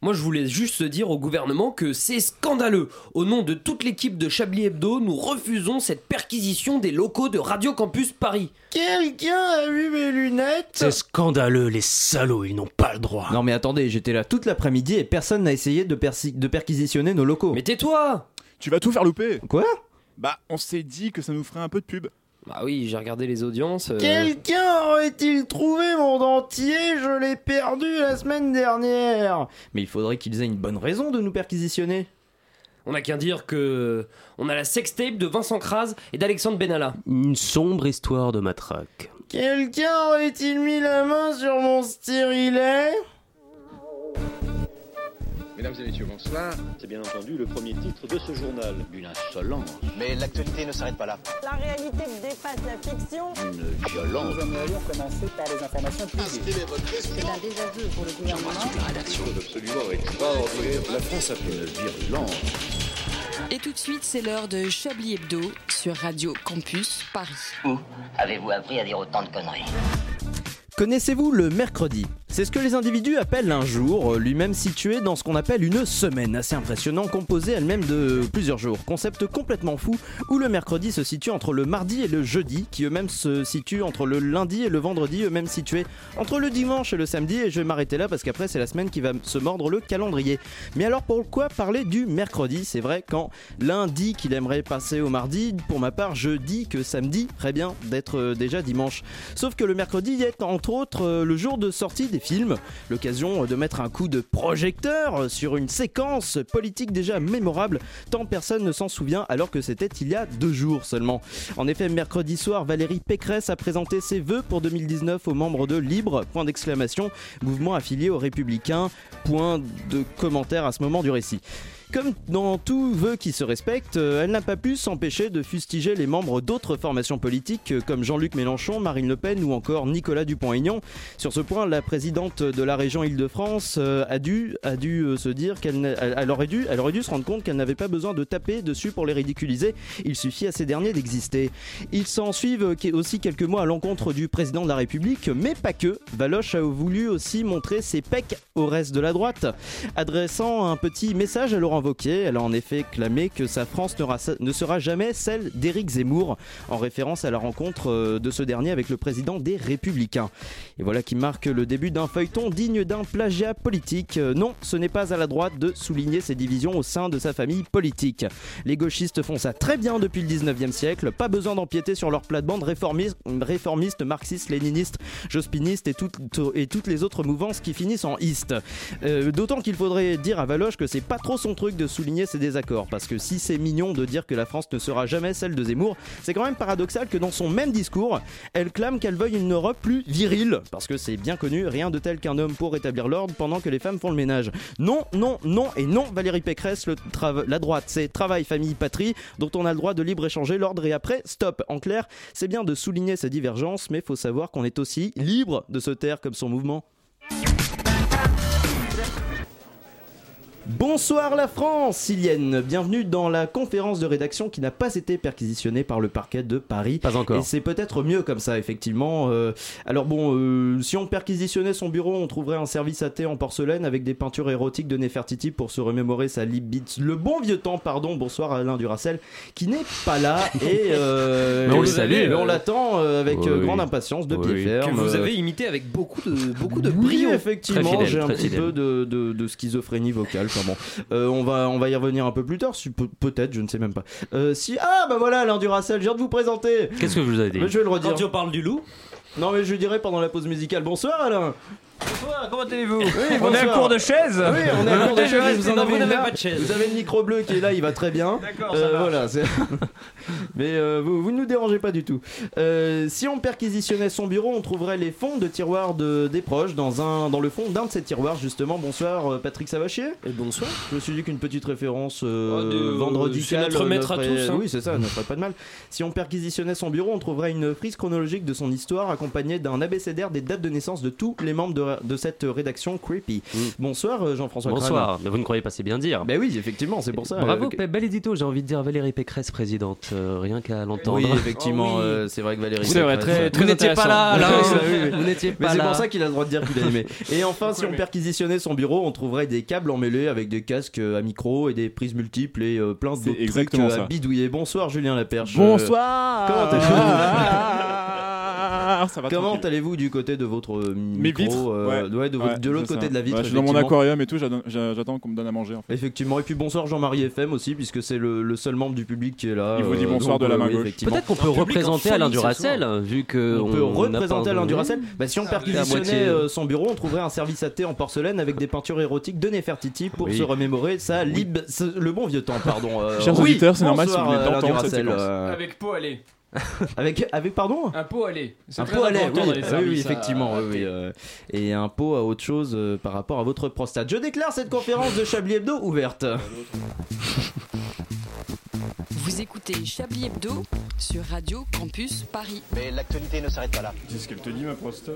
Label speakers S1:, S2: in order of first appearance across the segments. S1: Moi, je voulais juste dire au gouvernement que c'est scandaleux. Au nom de toute l'équipe de Chablis Hebdo, nous refusons cette perquisition des locaux de Radio Campus Paris.
S2: Quelqu'un a vu mes lunettes
S3: C'est scandaleux, les salauds, ils n'ont pas le droit.
S4: Non mais attendez, j'étais là toute l'après-midi et personne n'a essayé de, persi- de perquisitionner nos locaux.
S1: Mais tais-toi
S5: Tu vas tout faire louper
S4: Quoi
S5: Bah, on s'est dit que ça nous ferait un peu de pub.
S1: Bah oui, j'ai regardé les audiences. euh,
S2: Quelqu'un aurait-il trouvé mon dentier Je l'ai perdu la semaine dernière.
S4: Mais il faudrait qu'ils aient une bonne raison de nous perquisitionner.
S1: On n'a qu'à dire que. On a la sextape de Vincent Crase et d'Alexandre Benalla.
S3: Une sombre histoire de matraque.
S2: Quelqu'un aurait-il mis la main sur mon stérilet
S6: Mesdames et messieurs, bonsoir.
S7: C'est bien entendu le premier titre de ce journal. Une insolence,
S6: Mais l'actualité ne s'arrête pas là.
S8: La réalité dépasse la fiction.
S7: une violence.
S8: C'est un désaveu ben, pour le gouvernement.
S9: Et tout de suite, c'est l'heure de Chablis Hebdo sur Radio Campus Paris.
S10: Où avez-vous appris à dire autant de conneries
S4: Connaissez-vous le mercredi C'est ce que les individus appellent un jour, euh, lui-même situé dans ce qu'on appelle une semaine, assez impressionnant, composée elle-même de plusieurs jours. Concept complètement fou, où le mercredi se situe entre le mardi et le jeudi, qui eux-mêmes se situent entre le lundi et le vendredi, eux-mêmes situés entre le dimanche et le samedi, et je vais m'arrêter là parce qu'après c'est la semaine qui va se mordre le calendrier. Mais alors pourquoi parler du mercredi C'est vrai quand lundi qu'il aimerait passer au mardi, pour ma part je dis que samedi, très bien d'être euh, déjà dimanche. Sauf que le mercredi est entre autres euh, le jour de sortie des films, l'occasion euh, de mettre un coup de projecteur euh, sur une séquence politique déjà mémorable, tant personne ne s'en souvient alors que c'était il y a deux jours seulement. En effet, mercredi soir, Valérie Pécresse a présenté ses vœux pour 2019 aux membres de Libre, point d'exclamation, mouvement affilié aux Républicains, point de commentaire à ce moment du récit. Comme dans tout vœu qui se respecte, euh, elle n'a pas pu s'empêcher de fustiger les membres d'autres formations politiques euh, comme Jean-Luc Mélenchon, Marine Le Pen ou encore Nicolas Dupont-Aignan. Sur ce point, la présidente de la région Île-de-France euh, a dû, a dû euh, se dire qu'elle n'a- elle, elle aurait dû, elle aurait dû se rendre compte qu'elle n'avait pas besoin de taper dessus pour les ridiculiser. Il suffit à ces derniers d'exister. Il s'en suivent euh, qui- aussi quelques mois à l'encontre du président de la République, mais pas que. Valoche a voulu aussi montrer ses pecs au reste de la droite adressant un petit message à Laurent Wauquiez. Elle a en effet clamé que sa France ne, ra- ne sera jamais celle d'Éric Zemmour, en référence à la rencontre euh, de ce dernier avec le président des Républicains. Et voilà qui marque le début d'un feuilleton digne d'un plagiat politique. Euh, Non, ce n'est pas à la droite de souligner ses divisions au sein de sa famille politique. Les gauchistes font ça très bien depuis le 19e siècle, pas besoin d'empiéter sur leur plate-bande réformiste, réformiste marxiste, léniniste, jospiniste et, toutes- et toutes les autres mouvances qui finissent en iste. Euh, D'autant qu'il faudrait dire à Valoche que c'est pas trop son truc de souligner ses désaccords, parce que si c'est mignon de dire que la France ne sera jamais celle de Zemmour, c'est quand même paradoxal que dans son même discours, elle clame qu'elle veuille une Europe plus virile, parce que c'est bien connu, rien de tel qu'un homme pour rétablir l'ordre pendant que les femmes font le ménage. Non, non, non et non, Valérie Pécresse, le trav- la droite, c'est travail, famille, patrie, dont on a le droit de libre échanger l'ordre et après, stop. En clair, c'est bien de souligner sa divergence, mais faut savoir qu'on est aussi libre de se taire comme son mouvement. Bonsoir la France, Silienne. Bienvenue dans la conférence de rédaction qui n'a pas été perquisitionnée par le parquet de Paris.
S3: Pas
S4: Et
S3: encore.
S4: c'est peut-être mieux comme ça, effectivement. Euh, alors bon, euh, si on perquisitionnait son bureau, on trouverait un service à thé en porcelaine avec des peintures érotiques de Nefertiti pour se remémorer sa libide. Le bon vieux temps, pardon. Bonsoir à Alain Duracel, qui n'est pas là et euh,
S3: Mais on
S4: et
S3: le
S4: vous
S3: salue,
S4: avez-
S3: euh,
S4: on l'attend euh, avec euh,
S3: oui.
S4: grande impatience de pied
S3: Oui.
S4: ferme.
S1: Que vous
S4: Euh,
S1: avez imité avec beaucoup de, beaucoup de
S4: de
S1: brio.
S4: effectivement,
S3: Très fidèle,
S4: j'ai un
S3: très
S4: petit
S3: fidèle.
S4: peu de, de- de schizophrénie vocale. Enfin bon, Euh, on va on va y revenir un peu plus tard, si- pe- peut-être, je ne sais même pas. Euh, si ah bah voilà, Alain Duracel, je viens de vous présenter.
S3: Qu'est-ce que je vous ai dit
S4: Mais je vais le redire.
S1: parle du loup,
S4: Non mais je dirais pendant la pause musicale. Bonsoir Alain.
S1: comment allez-vous
S4: Oui, bonsoir.
S2: chaise
S4: Oui, on est à court de
S1: Je
S4: chaise,
S1: reste,
S4: vous en
S1: non,
S4: avez
S1: vous
S4: une
S1: n'avez
S4: là.
S1: pas de chaise.
S4: Vous avez le micro bleu qui est là, il va très bien.
S2: D'accord,
S4: Euh, voilà, c'est- Mais euh, vous, vous ne nous dérangez pas du tout. Euh, si on perquisitionnait son bureau, on trouverait les fonds de tiroirs de, des proches dans, un, dans le fond d'un de ces tiroirs, justement. Bonsoir euh, Patrick Savachier.
S1: bonsoir.
S4: Je me suis dit qu'une petite référence euh,
S1: Ah, de-
S4: vendredi
S1: c'est notre
S4: cale,
S1: maître
S4: ne
S1: à
S4: ferait-
S1: tous, hein.
S4: Oui, c'est ça, ne ferait pas de mal. Si on perquisitionnait son bureau, on trouverait une frise chronologique de son histoire accompagnée d'un abécédaire des dates de naissance de tous les membres de de cette rédaction creepy.
S1: Mm.
S4: Bonsoir euh, Jean-François
S3: Bonsoir, mais vous ne croyez pas c'est bien dire.
S4: Ben oui, effectivement, c'est pour ça.
S3: Bravo,
S4: euh, que-
S3: pe- bel édito, j'ai envie de dire Valérie Pécresse présidente, euh, rien qu'à l'entendre. Ah
S4: Oui, effectivement, euh, c'est vrai que Valérie.
S11: C'est vrai,
S4: Pécresse- euh,
S11: très- très Vous n'étiez pas là,
S4: Oui,
S3: euh,
S11: Alain.
S4: ça, oui, oui.
S3: Vous n'étiez
S4: Mais
S3: pas
S4: c'est
S3: là.
S4: pour ça qu'il a le droit de dire qu'il a aimé. Et enfin, si on perquisitionnait son bureau, on trouverait des câbles emmêlés avec des casques euh, à micro et des prises multiples et euh, plein d'autres trucs
S5: exactement
S4: euh, à
S5: ça.
S4: bidouiller. Bonsoir Julien Laperche. Euh,
S5: Bonsoir. Ah,
S4: Comment allez-vous
S5: ça va
S4: Comment
S5: tranquille.
S4: allez-vous du côté de votre euh,
S5: Mes
S4: micro
S5: vitres
S4: euh, ouais, de, votre- de l'autre
S5: c'est
S4: côté
S5: ça.
S4: de la vitre.
S5: Ouais, Je suis dans mon
S4: effectivement.
S5: aquarium et tout, j'attends- j'a- j'attends qu'on me donne à manger. En fait.
S4: Effectivement, et puis bonsoir Jean-Marie FM aussi, puisque c'est le, le seul membre du public qui est là. euh,
S5: Il vous dit bonsoir de la main
S4: oui,
S5: gauche.
S4: effectivement.
S3: Peut-être qu'on peut
S1: Un public en
S3: représenter
S1: folie
S3: Alain
S1: ce
S3: Duracel, vu que
S4: on peut
S3: n'a pas
S4: représenter
S3: un-
S4: Alain Duracel. Bah, si on
S3: à moitié.
S4: perquisitionnait euh, son bureau, on trouverait un service à thé en porcelaine avec des peintures érotiques de Nefertiti pour
S3: Oui.
S4: se remémorer ça, le bon vieux temps, pardon. euh,
S5: Chers
S4: oui,
S5: auditeurs, c'est normal si
S4: bonsoir,
S5: vous venez
S4: Alain
S5: d'entendre cette
S4: Duracell,
S5: séquence.
S4: euh,
S11: Avec peau allée.
S4: avec, avec, pardon
S11: Un pot allé.
S4: un pot à lait, oui, Ah oui,
S11: euh,
S4: oui, effectivement, oui, oui, euh, et un pot à autre chose euh, par rapport à votre prostate. Je déclare cette conférence de Chablis Hebdo ouverte.
S9: Vous écoutez Chablis Hebdo sur Radio Campus Paris.
S6: Mais l'actualité ne s'arrête pas là.
S5: C'est ce qu'elle te dit, ma prostate.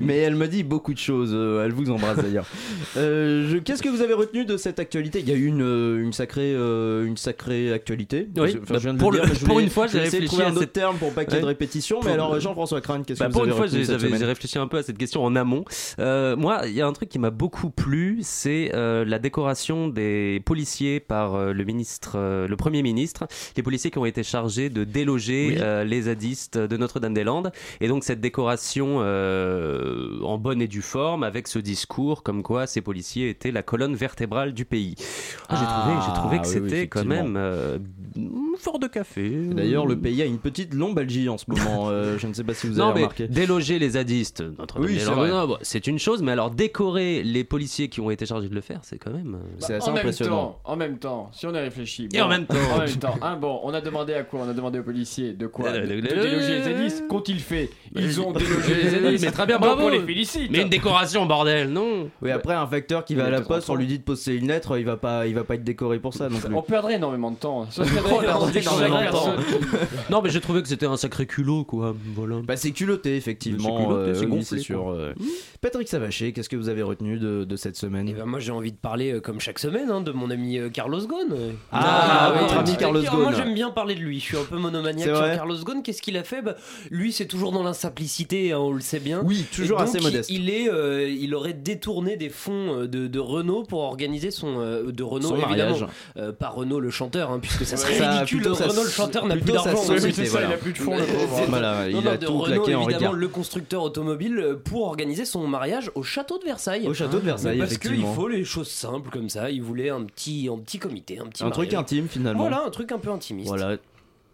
S4: Mais elle me dit beaucoup de choses. euh, Elle vous embrasse d'ailleurs. Euh, je- Qu'est-ce que vous avez retenu de cette actualité Il y a eu une, euh, une sacrée, euh, une sacrée actualité.
S3: Oui,
S4: Je- enfin,
S3: bah,
S4: je viens de
S3: pour
S4: dire,
S3: le-
S4: mais je
S3: pour
S4: voulais-
S3: une fois,
S4: je
S3: j'ai
S4: vais essayer de
S3: réfléchi
S4: trouver
S3: à
S4: un autre
S3: cette-
S4: terme pour pas qu'il y ait de
S3: Ouais.
S4: répétition. Mais
S3: Pour-
S4: alors, Jean-François Crane, qu'est-ce
S3: Bah,
S4: que vous
S3: pour
S4: avez
S3: une fois,
S4: retenu
S3: j'ai-
S4: cette
S3: j'avais j'ai
S4: semaine
S3: réfléchi un peu à cette question en amont. Euh, moi, il y a un truc qui m'a beaucoup plu, c'est euh, la décoration des policiers par euh, le ministre, euh, le premier ministre, les policiers qui ont été chargés de déloger euh, les zadistes de Notre-Dame-des-Landes. Et donc cette décoration euh, en bonne et due forme, avec ce discours comme quoi ces policiers étaient la colonne vertébrale du pays. Ah, j'ai trouvé, j'ai trouvé
S4: Ah,
S3: que
S4: oui, oui,
S3: c'était quand
S4: effectivement.
S3: même euh, fort de café.
S4: D'ailleurs, le pays a une petite lombalgie en ce moment. euh, je ne sais pas si vous avez
S3: Non, mais
S4: remarqué.
S3: déloger les zadistes, notre
S4: Oui,
S3: des
S4: c'est
S3: Landes,
S4: vrai.
S3: non, bon, c'est une chose, mais alors décorer les policiers qui ont été chargés de le faire, c'est quand même.
S1: Bah,
S3: euh,
S4: C'est assez
S11: en
S4: impressionnant.
S11: Même temps, en même temps, si on est réfléchi.
S3: Et en même temps.
S11: En même temps. hein, bon, on a demandé à quoi On a demandé aux policiers de
S4: Euh,
S11: quoi De, de déloger les zadistes. Qu'ont-ils fait Ils ont délogé les zadistes.
S3: Mais très bien,
S11: Donc
S3: bravo.
S11: on les félicite.
S3: Mais une décoration, bordel, non
S4: Oui, après, un facteur qui va
S11: Il
S4: à
S11: a
S4: la
S11: peut-être
S4: poste, on
S11: raison.
S4: lui dit de poster une lettre, il va pas, il va pas être décoré pour ça non plus.
S11: On perdrait énormément de temps. Ça serait
S4: On perdrait
S11: chaque
S4: énormément de temps.
S11: personne-
S3: Non, mais j'ai trouvé que c'était un sacré culot, quoi. Voilà.
S4: Bah c'est culotté effectivement,
S3: C'est culotté,
S4: euh,
S3: c'est
S4: oui,
S3: gonflé,
S4: c'est sûr.
S3: quoi.
S4: euh. Patrick Savaché, qu'est-ce que vous avez retenu de, de cette
S1: Et
S4: semaine
S1: ben moi j'ai envie de parler euh, comme chaque semaine hein, de mon ami euh, Carlos Ghosn.
S4: Ah,
S1: oui,
S4: votre ami
S1: petit-
S4: Carlos
S1: Ah, Moi
S4: Ghosn.
S1: j'aime bien parler de lui. Je suis un peu monomaniaque
S4: C'est
S1: sur
S4: vrai.
S1: Carlos Ghosn. Qu'est-ce qu'il a fait Bah, Lui c'est toujours dans la simplicité, hein, on le sait bien.
S4: Oui, toujours
S1: Et donc,
S4: assez
S1: il-
S4: modeste.
S1: Il, est, euh, il aurait détourné des fonds euh, de, de Renault pour organiser son euh, de Renault
S4: Son
S1: évidemment,
S4: mariage.
S1: Euh, pas Renault le chanteur, hein, puisque ça serait
S4: Ça,
S1: ridicule.
S4: plutôt, ça
S1: Renault le
S4: se-
S1: chanteur n'a plus
S4: plutôt, ça
S1: d'argent. hein,
S4: se-
S1: on
S4: Oui,
S1: sait
S4: c'est ça, il a
S11: plus de
S1: fonds, le pauvre.
S4: hein. Voilà, il
S1: Non, non,
S4: a
S1: de
S4: tout
S1: Renault,
S4: claqué en
S1: évidemment,
S4: regard.
S1: le constructeur automobile euh, pour organiser son mariage au château de Versailles.
S4: Au château de
S1: Mais
S4: Versailles,
S1: parce qu'il
S4: effectivement.
S1: faut les choses simples comme ça. Il voulait un petit, un petit comité, un petit
S4: Un truc
S1: mariage.
S4: intime finalement.
S1: Voilà, un truc un peu intimiste.
S4: Voilà.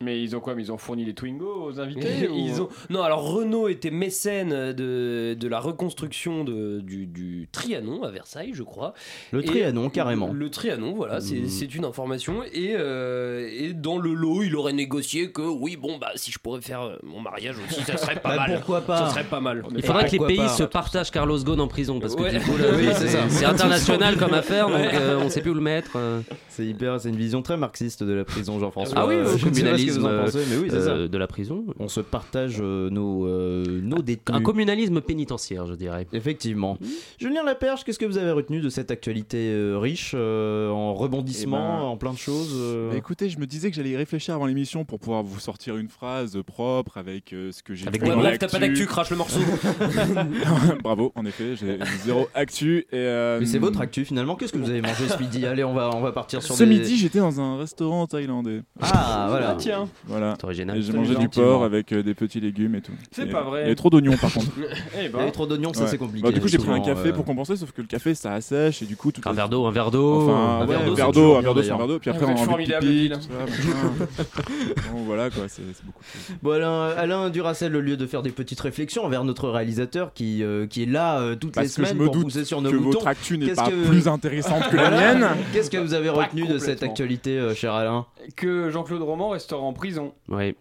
S11: Mais ils ont quoi Mais Ils ont fourni les Twingo aux
S1: Et
S11: invités ou-
S1: ils ont... Non, alors Renault était mécène de, de la reconstruction de, du, du Trianon à Versailles, je crois.
S4: Le
S1: Et-
S4: Trianon carrément.
S1: Le Trianon, voilà, c'est
S4: Mm.
S1: c'est une information. Et, euh, et dans le lot, il aurait négocié que oui, bon, bah si je pourrais faire euh, mon mariage aussi, ça serait
S4: Bah,
S1: pas mal.
S4: pourquoi
S1: Ça
S4: pas
S1: serait pas mal. Bah,
S3: Il faudrait que les
S4: pourquoi
S3: pays
S4: pas
S3: se partagent Carlos Ghosn en prison, parce que
S1: Ouais.
S3: du coup, là,
S4: Oui, c'est ça.
S3: c'est international comme affaire, donc euh, on sait plus où le mettre. euh,
S4: C'est hyper, c'est une vision très marxiste de la prison, Jean-François.
S3: Ah oui,
S4: Euh,
S3: au
S4: je ne sais pas ce que vous en
S3: communalisme,
S4: pensez, mais oui, c'est
S3: euh,
S4: ça.
S3: de la prison.
S4: On se partage euh, nos, euh, nos détenus.
S3: Un communalisme pénitentiaire, je dirais. Mmh.
S4: Effectivement. Julien Laperche, qu'est-ce que vous avez retenu de cette actualité euh, riche, euh, en rebondissements,
S5: Eh ben-
S4: en plein de choses euh,
S5: Bah, écoutez, je me disais que j'allais y réfléchir avant l'émission pour pouvoir vous sortir une phrase propre avec euh, ce que j'ai
S3: Avec
S5: vu
S1: Ouais,
S5: dans
S1: bref, t'as pas
S5: l'actu.
S1: d'actu, crache le morceau.
S5: Bravo, en effet, j'ai zéro actu. Et, euh,
S4: Mais c'est votre actu finalement. Qu'est-ce que vous avez mangé ce midi Allez, on va, on va partir sur
S5: Ce
S4: des-
S5: midi, j'étais dans un restaurant thaïlandais.
S4: Ah voilà.
S11: Tiens,
S5: Voilà.
S3: C'est original.
S5: Et j'ai mangé du
S4: gentiment.
S5: porc
S3: hein.
S5: avec euh, des petits légumes et tout.
S11: C'est
S5: Et,
S11: pas
S5: euh,
S11: vrai.
S5: Il y avait trop d'oignons par contre.
S11: eh
S4: Il y avait
S11: ben,
S4: trop d'oignons, ça
S5: Ouais.
S4: c'est compliqué.
S5: Bah, du coup, j'ai pris un
S4: effectivement,
S5: café
S4: euh.
S5: pour compenser, sauf que le café ça assèche et du coup, tout
S3: Un verre d'eau, un verre d'eau.
S5: Enfin,
S4: Un verre
S5: ouais,
S4: d'eau,
S5: un
S4: c'est
S5: verre
S4: toujours
S5: d'eau, un
S4: bien,
S5: verre d'eau, c'est un
S4: d'ailleurs.
S5: verre d'eau. Puis
S11: Ah,
S5: après,
S11: vous
S5: on
S11: êtes
S5: a envie de
S11: formidable,
S5: pipi,
S11: Dylan.
S5: tout ça, machin. Bon, voilà quoi, c'est c'est beaucoup.
S4: Bon, Alain, Alain Duracel, au lieu de faire des petites réflexions envers notre réalisateur qui, euh, qui est là euh, toutes les
S5: Parce que je
S4: semaines
S5: me
S4: pour
S5: doute
S4: pousser sur nos
S5: Que
S4: boutons.
S5: votre actu n'est
S4: Qu'est-ce
S5: pas
S4: que-
S5: plus intéressante que la mienne.
S4: Qu'est-ce que vous avez
S11: Pas
S4: retenu de cette
S11: complètement.
S4: actualité, euh, cher Alain
S11: que Jean-Claude Roman restera en prison.
S3: Oui.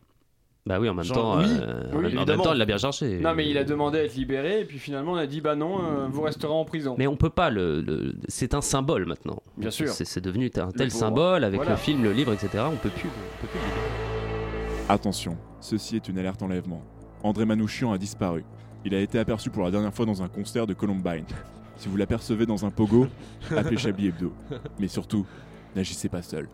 S3: Bah oui, en même
S4: Genre,
S3: temps,
S4: oui,
S3: euh, en
S11: oui,
S3: même- en, même
S4: évidemment.
S3: temps, il l'a bien cherché.
S11: Non, mais il a demandé à être libéré, et puis finalement, on a dit bah non, euh, vous resterez en prison.
S3: Mais on peut pas le. le- C'est un symbole maintenant.
S11: Bien sûr.
S3: C'est c'est devenu un tel
S11: pauvre.
S3: symbole avec
S11: Voilà.
S3: le film, le livre, etc. On peut plus. on peut plus le dire.
S5: Attention, ceci est une alerte enlèvement. André Manouchian a disparu. Il a été aperçu pour la dernière fois dans un concert de Columbine. Si vous l'apercevez dans un pogo, appelez Chablis Hebdo. Mais surtout, n'agissez pas seul.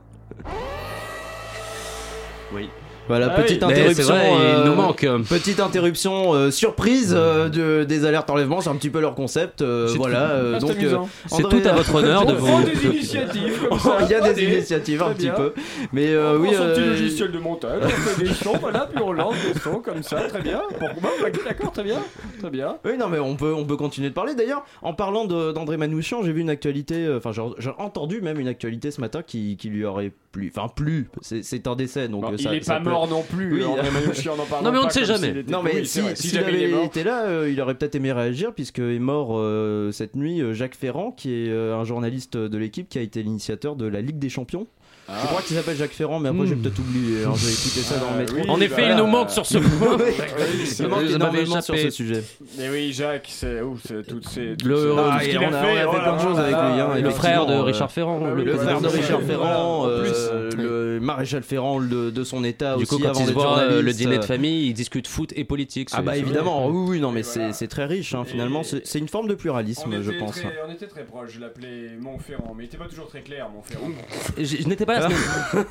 S3: Oui.
S4: Voilà,
S3: Ah
S4: Bah, petite
S3: oui. Mais
S4: interruption. euh,
S3: c'est vrai, il nous manque. euh.
S4: Petite interruption euh, surprise euh, de, des alertes enlèvement, c'est un petit peu leur concept. euh,
S3: C'est
S4: voilà,
S3: tout-
S4: euh,
S3: Ah, c'est
S4: donc
S3: amusant. C'est
S4: André- euh,
S3: tout à votre honneur de
S4: On
S3: vous-
S4: prend
S11: des initiatives comme ça.
S4: Il y a des
S11: Allez,
S4: initiatives un
S11: très
S4: petit
S11: bien.
S4: peu. Mais euh,
S11: on
S4: oui.
S11: prend son petit
S4: euh,
S11: logiciel de montage, on fait des sons, voilà, puis on lance des sons comme ça, très bien. Pour moi, d'accord, très bien, très bien.
S4: Oui, non, mais on peut, on peut continuer de parler. D'ailleurs, en parlant de- d'André Manouchian, j'ai vu une actualité, euh, enfin, j'ai- j'ai entendu même une actualité ce matin qui, qui lui aurait plu. Enfin, plu, c'est c'est un décès, donc
S11: Bon,
S4: euh,
S11: il
S4: ça-
S11: est
S4: ça
S11: pas
S4: peut-
S11: mort non plus,
S4: Oui.
S11: André Manouchian, n'en parlons
S3: Non, mais on
S11: pas
S3: ne sait
S11: comme
S3: jamais.
S11: s'il était-
S4: Non, mais
S11: oui, c'est
S4: si,
S11: vrai,
S4: s'il
S11: jamais il
S4: avait
S11: est mort.
S4: été là, euh, il aurait peut-être aimé réagir, puisque est mort euh, cette nuit euh, Jacques Ferrand, qui est euh, un journaliste de l'équipe qui a été l'initiateur de la Ligue des Champions.
S11: Ah.
S4: Je crois qu'il s'appelle Jacques Ferrand, mais après
S11: Hmm.
S4: j'ai peut-être oublié. hein, j'ai écouté ça dans le métro.
S11: Euh, oui,
S3: En effet, il nous manque sur ce point.
S4: Il
S11: Il
S3: Vous
S4: manque
S3: m'avez
S4: énormément sur
S3: échappé.
S4: ce sujet.
S11: Mais oui, Jacques, c'est ouf, c'est toutes ces. toutes
S3: Le-
S11: ces-
S3: Ah,
S11: tout ce
S4: et
S11: qu'il
S4: on a- on a fait
S11: oh là
S4: plein de
S11: là
S4: choses avec
S11: là
S4: lui, hein,
S11: là.
S4: et
S3: Le euh, frère de
S4: effectivement,
S3: Richard Ferrand.
S11: Ah oui,
S4: Le
S11: Voilà,
S4: frère de
S11: c'est-
S4: Richard
S11: voilà,
S4: Ferrand,
S11: en
S4: euh,
S11: plus.
S4: le maréchal Ferrand de, de son état
S3: Du
S4: Ah, aussi
S3: coup, quand
S4: avant
S3: ils se
S4: d'être
S3: voient euh, le
S4: journaliste,
S3: dîner de
S4: euh,
S3: famille, ils discutent foot et politique.
S4: Ah
S3: c'est-
S4: bah
S3: c'est-
S4: évidemment, oui, oui, non mais c'est
S11: voilà.
S4: c'est très riche hein, finalement,
S11: Et-
S4: c'est c'est une forme de pluralisme
S11: On
S4: je
S11: était
S4: pense.
S11: très- on était très proche, je l'appelais Montferrand, mais il était pas toujours très clair, Montferrand.
S3: Je, je n'étais pas, la semaine- Euh,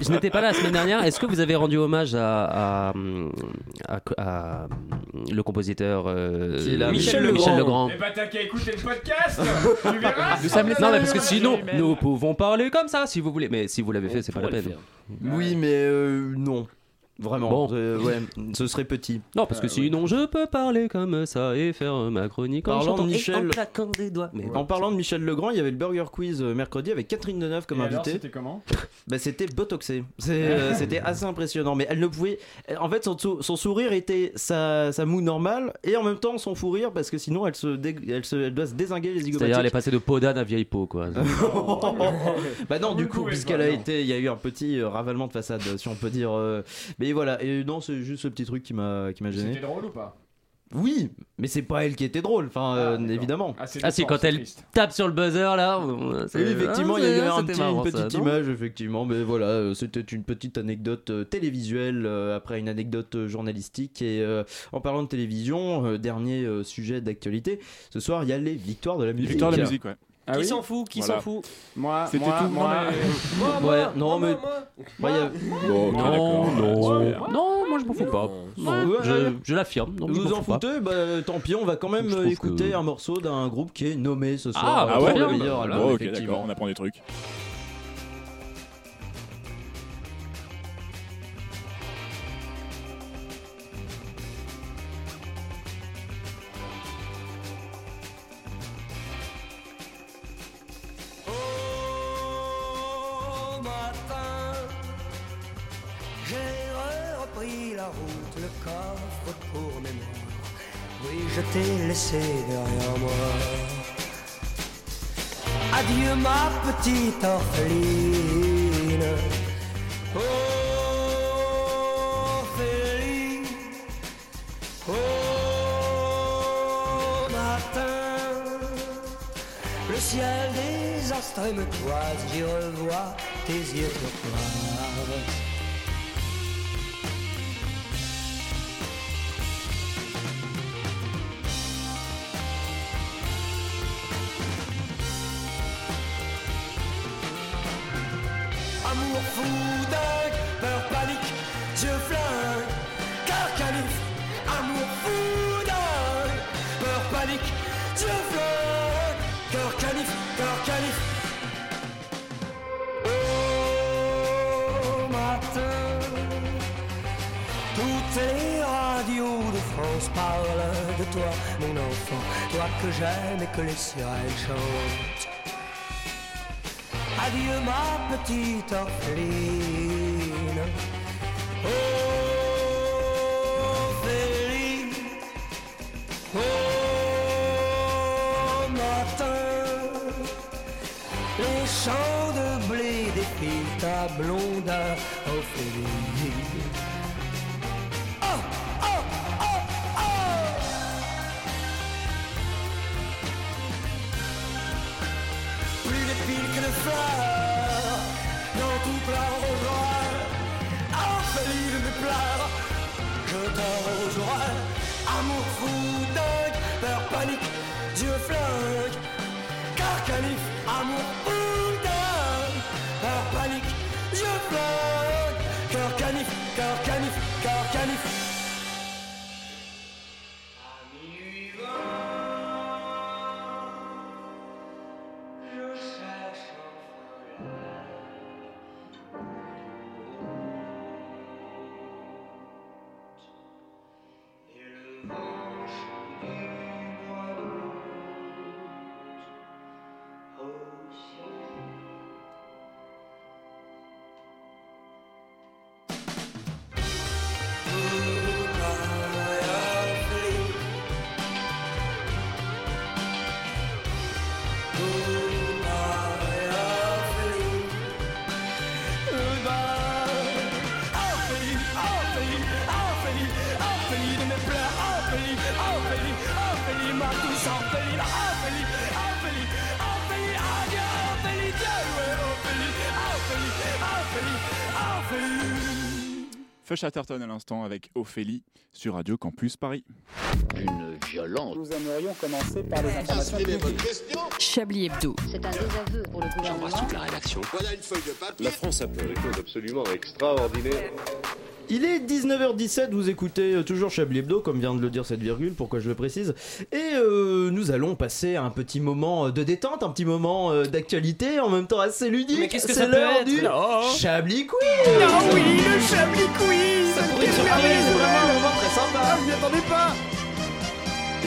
S3: je n'étais pas là la semaine dernière. Est-ce que vous avez rendu hommage à, à- à- à- le compositeur euh,
S4: Qui est là,
S3: Michel,
S4: Michel
S3: Michel
S4: Legrand.
S3: Legrand,
S11: Eh bah, t'as qu'à écouter le podcast Tu verras
S3: Nous sommes les- Non, mais parce que sinon, nous pouvons parler comme ça si vous voulez. Mais si vous l'avez fait, c'est pas la peine.
S4: Oui mais euh, non, vraiment,
S3: Bon.
S4: euh, ouais, ce serait petit. Euh,
S3: Non, parce que sinon, je peux parler comme ça et faire euh, ma chronique en
S4: Parlant de
S3: chantant et
S4: Michel-
S3: en claquant des doigts. Mais
S4: En parlant de Michel Legrand, il y avait le Burger Quiz euh, mercredi avec Catherine Deneuve comme
S11: Et alors,
S4: invitée.
S11: C'était comment
S4: Bah, c'était botoxé. C'est, euh, C'était assez impressionnant. Mais elle ne pouvait. elle- En fait, son, sou- son sourire était sa, sa moue normale et en même temps son fou rire parce que sinon elle, se dé- elle, se- elle doit se désinguer les
S3: C'est-à-dire, elle est
S4: zygomatiques.
S3: passée de peau d'âne à vieille peau, quoi.
S4: Bah non, du coup,
S11: pouvez
S4: puisqu'elle
S11: pas,
S4: a
S11: non.
S4: été. Il y a eu un petit euh, ravalement de façade, si on peut dire. euh, Mais voilà. Et non, c'est juste ce petit truc qui m'a qui m'a
S11: C'était
S4: gêné.
S11: drôle ou pas
S4: Oui, mais c'est pas elle qui était drôle. Enfin, euh,
S11: Ah, d'accord.
S4: évidemment.
S11: c'est
S3: Ah, si,
S11: décevant,
S3: quand elle-
S11: triste.
S3: Tape sur le buzzer là. euh, c'est-
S4: Oui, effectivement,
S3: Ah,
S4: il y
S3: c'est-
S4: avait un
S3: c'était
S4: petit-
S3: marrant,
S4: une petite
S3: ça, non
S4: image, effectivement, mais voilà, euh, c'était une petite anecdote euh, télévisuelle euh, après une anecdote euh, journalistique. Et euh, en parlant de télévision, euh, dernier euh, sujet d'actualité, ce soir, il y a les victoires de la musique.
S5: Victoire de la musique, ouais.
S11: Ah oui
S3: Qui s'en fout Qui
S5: Voilà.
S3: s'en fout
S11: Moi,
S5: C'était
S11: moi,
S5: tout. Non,
S11: moi.
S4: Ouais,
S3: euh,
S4: non, mais. Ouais, il y a-
S5: Bon, ok, d'accord.
S3: non, non, moi je m'en fous pas. Non,
S4: Ouais, ouais.
S3: je je l'affirme. non, je
S4: Vous
S3: m'en
S4: vous en
S3: fous pas.
S4: foutez bah, Tant pis, on va quand même
S3: Je
S4: euh,
S3: trouve
S4: écouter
S3: que-
S4: un morceau d'un groupe qui est nommé ce
S3: Ah,
S4: soir.
S3: bah,
S5: Ah
S4: pour
S5: ouais,
S3: très
S4: le
S3: bien.
S4: meilleur
S5: Bon,
S4: album,
S5: ok,
S4: effectivement.
S5: d'accord, on apprend des trucs.
S12: Au matin, j'ai repris la route, le coffre pour mémoire. Oui, je t'ai laissé derrière moi. Adieu ma petite orpheline. Ophélie, au matin. Le ciel des astres me croise, j'y revois tes yeux turquoise. Amour fou, dingue, peur, panique, Dieu flingue, car calife. Amour fou, dingue, peur, panique, Dieu flingue, cœur calife, cœur calife. Au matin, toutes les radios de France parlent de toi, mon enfant, toi que j'aime et que les sirènes chantent. Adieu ma petite orpheline. Oh, Ophélie, au matin, les champs de blé défilent ta blonde Ophélie. Oh, oh, oh, oh! plus de piles que de fleurs dans tout plein aux joies. Ophélie ne me pleure, je dors aux oreilles. Amour fou, dingue, peur, panique, Dieu flingue. Car calife, amour fou, dingue, peur, panique, Dieu flingue. Cœur canif, cœur canif, cœur canif.
S5: Fush Atherton à l'instant avec Ophélie sur Radio Campus Paris.
S7: Une violence.
S6: Nous aimerions commencer par les informations
S9: Chablis Hebdo.
S8: C'est un désaveu pour le gouvernement.
S7: la rédaction.
S6: Voilà une feuille de papier.
S7: La France a peur.
S6: absolument extraordinaire.
S4: Il est 19h17, vous écoutez euh, toujours Chablis Hebdo, comme vient de le dire cette virgule, pourquoi je le précise. Et euh, nous allons passer à un petit moment euh, de détente, un petit moment euh, d'actualité, en même temps assez ludique.
S1: Mais qu'est-ce que
S4: C'est
S1: ça peut
S4: l'heure
S1: être Oh.
S4: du
S1: Non.
S4: Chablis Quiz
S2: Ah oui, le Chablis Quiz
S1: Ça pourrait
S2: Quelle
S1: être surprise,
S2: merveille,
S4: vraiment un
S2: Noël
S4: moment très
S2: Ah,
S4: sympa.
S2: je m'y attendais pas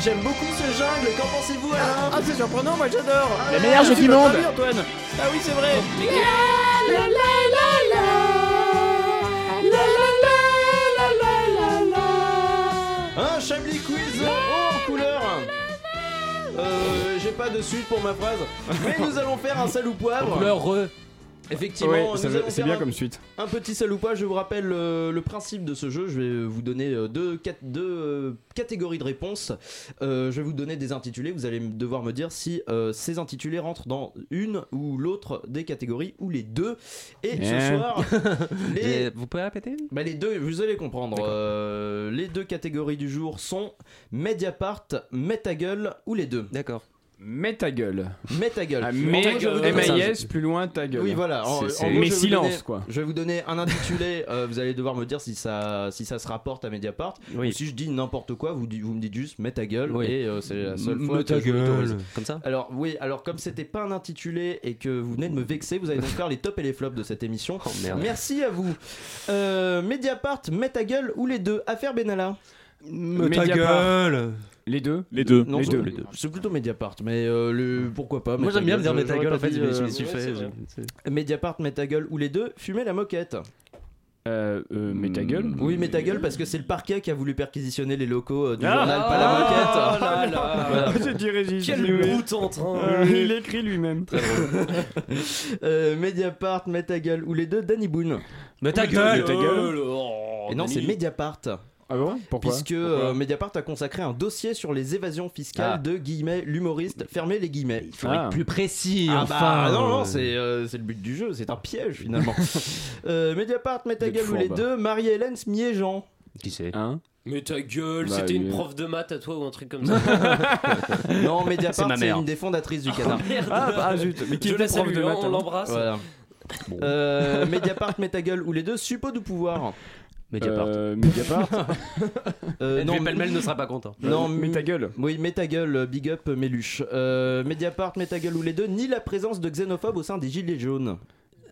S4: J'aime beaucoup ce jungle, qu'en pensez-vous Alain Ah,
S2: Ah, c'est surprenant, moi j'adore
S4: La
S2: meilleure
S4: meilleure
S2: jeu
S4: du
S2: du
S4: monde
S2: monde.
S4: Antoine
S2: Ah oui, c'est vrai
S4: Un Chablis Quiz en couleur euh, j'ai pas de suite pour ma phrase, mais nous allons faire un sale ou poivre.
S11: Pleureux.
S4: Effectivement,
S11: Oui,
S4: nous
S11: ça veut-
S4: allons
S11: c'est
S4: faire
S11: bien
S4: un-
S11: comme suite.
S4: Un petit saloupa, je vous rappelle euh, le principe de ce jeu. Je vais vous donner euh, deux, cat- deux, euh, catégories de réponses. Euh, je vais vous donner des intitulés. Vous allez m- devoir me dire si euh, ces intitulés rentrent dans une ou l'autre des catégories ou les deux. Et ce
S11: Bien.
S4: soir,
S3: Et
S4: les,
S3: Hein Vous pouvez répéter
S4: bah, les deux, vous allez comprendre. Euh, les deux catégories du jour sont Mediapart, Metagueule ou les deux.
S3: D'accord.
S11: Mets ta gueule.
S4: Metagueule.
S11: Ah,
S4: En gros, je vais vous donner-
S11: mais MIS, plus loin ta gueule.
S4: Oui, voilà. En-
S11: C'est-
S4: en
S11: c'est-
S4: gros,
S11: Mais
S4: je vais vous
S11: silence,
S4: donner-
S11: quoi.
S4: Je vais vous donner un intitulé. euh, vous allez devoir me dire si ça, si ça se rapporte à Mediapart.
S3: Oui.
S4: Ou si je dis n'importe quoi, vous, di- vous me dites juste mets ta gueule.
S3: Oui.
S4: Et euh, c'est la seule
S3: Mets
S4: fois
S3: ta
S4: que je
S3: gueule.
S4: m'autorise.
S3: Comme ça
S4: Alors oui, alors comme c'était pas un intitulé et que vous venez de me vexer, vous allez donc faire les tops et les flops de cette émission.
S3: Oh merde.
S4: Merci à vous. Euh, Mediapart, mets ta gueule ou les deux. Affaire Benalla.
S11: Mets ta gueule. Les deux.
S5: Les deux.
S4: Non,
S11: Les
S4: c'est-
S11: deux.
S4: C'est plutôt Mediapart, mais euh, le, pourquoi pas.
S3: Moi
S4: mets ta
S3: j'aime bien me dire
S4: gueule,
S3: mais ta
S4: j'aurais
S3: gueule en
S4: pas
S3: fait,
S4: dit,
S3: je me- je
S4: euh,
S3: me suis fait. je-
S4: Mediapart, mets ta gueule ou les deux. Fumer la moquette.
S11: Euh, euh, mets ta gueule.
S4: Oui, mais ta gueule parce que c'est le parquet qui a voulu perquisitionner les locaux euh, du
S11: Ah
S4: journal, pas la
S11: Ah
S4: moquette.
S11: là
S4: Voilà.
S11: Je dirais Gigi,
S1: Quel
S11: oui.
S1: brute en train
S11: Euh, Il écrit lui-même.
S4: Euh, Mediapart, mets ta gueule ou les deux. Danny Boone.
S3: Mais
S11: ta gueule. Ta
S3: Oh
S11: gueule.
S4: Et non, c'est Mediapart,
S11: Oh Ah bon Pourquoi
S4: puisque euh, Mediapart a consacré un dossier sur les évasions fiscales
S11: Ah.
S4: de guillemets l'humoriste. Fermez les guillemets.
S11: faut être
S3: Plus précis,
S4: Ah
S3: enfin.
S4: bah non non c'est euh, c'est le but du jeu c'est un piège finalement. euh, Mediapart mets ta
S11: Vous êtes
S4: gueule ou les
S11: fourbe.
S4: deux Marie-Hélène Smiéjean.
S3: Qui c'est
S11: Hein
S1: Mais ta gueule,
S11: Bah,
S1: c'était
S11: oui.
S1: une prof de maths à toi ou un truc comme ça.
S4: Non
S3: C'est
S4: Mediapart
S3: ma
S4: c'est
S3: mère.
S4: une des fondatrices du canard.
S1: Merde.
S11: ah, bah, ah, zut, mais qui
S1: Je
S11: était
S1: la
S11: prof
S1: salue,
S11: de
S1: hein,
S11: maths
S1: on
S11: hein
S1: l'embrasse.
S4: Voilà.
S3: Bon.
S4: Euh, Mediapart mets ta gueule ou les deux Suppôt du pouvoir.
S3: Mediapart.
S11: Euh, Mediapart. Euh,
S4: Euh,
S3: Non,
S4: mais-
S3: Palmel ne sera pas content.
S4: Non,
S11: mais ta gueule.
S4: Oui, mets ta gueule, big up, euh, Méluche. Euh, Mediapart, mets ta gueule ou les deux, ni la présence de xénophobes au sein des Gilets jaunes.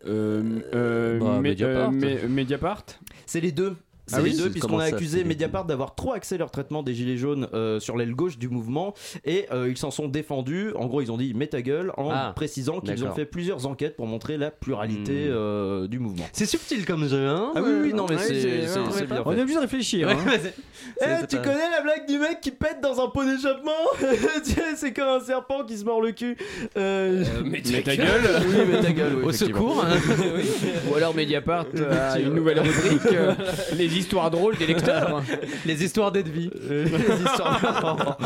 S11: Euh, euh,
S3: Bah,
S11: mais-
S3: Mediapart.
S11: euh, mais- Mediapart.
S4: C'est les deux. C'est
S11: Ah
S4: les
S11: oui
S4: deux,
S3: C'est-
S4: puisqu'on
S3: comment
S4: a
S3: ça,
S4: accusé
S3: c'est les
S4: Mediapart d'avoir trop axé leur traitement des Gilets jaunes euh, sur l'aile gauche du mouvement, et euh, ils s'en sont défendus. En gros, ils ont dit mets ta gueule, en
S3: Ah,
S4: précisant qu'ils ont
S3: d'accord.
S4: fait plusieurs enquêtes pour montrer la pluralité
S3: Hmm.
S4: euh, du mouvement.
S3: C'est subtil comme jeu, hein
S4: Ah oui, oui, non, mais
S11: Ouais,
S4: c'est-
S11: j'ai-
S4: c'est
S11: ouais,
S4: c'est bien
S11: On est
S4: fait.
S11: obligé de réfléchir. hein.
S4: Eh,
S3: C'est- c'est
S4: tu
S3: pas-
S4: connais la blague du mec qui pète dans un pot d'échappement Tu sais, C'est comme un serpent qui se mord le cul. Euh,
S1: Euh, mais ta,
S11: ta
S1: gueule.
S11: gueule. Bah
S4: Oui, mets ta gueule. oui,
S3: Au
S4: effectivement.
S3: secours
S11: Ou alors Mediapart euh, a une nouvelle rubrique euh, les les histoires drôles des lecteurs.
S4: les histoires d'Edvi. les histoires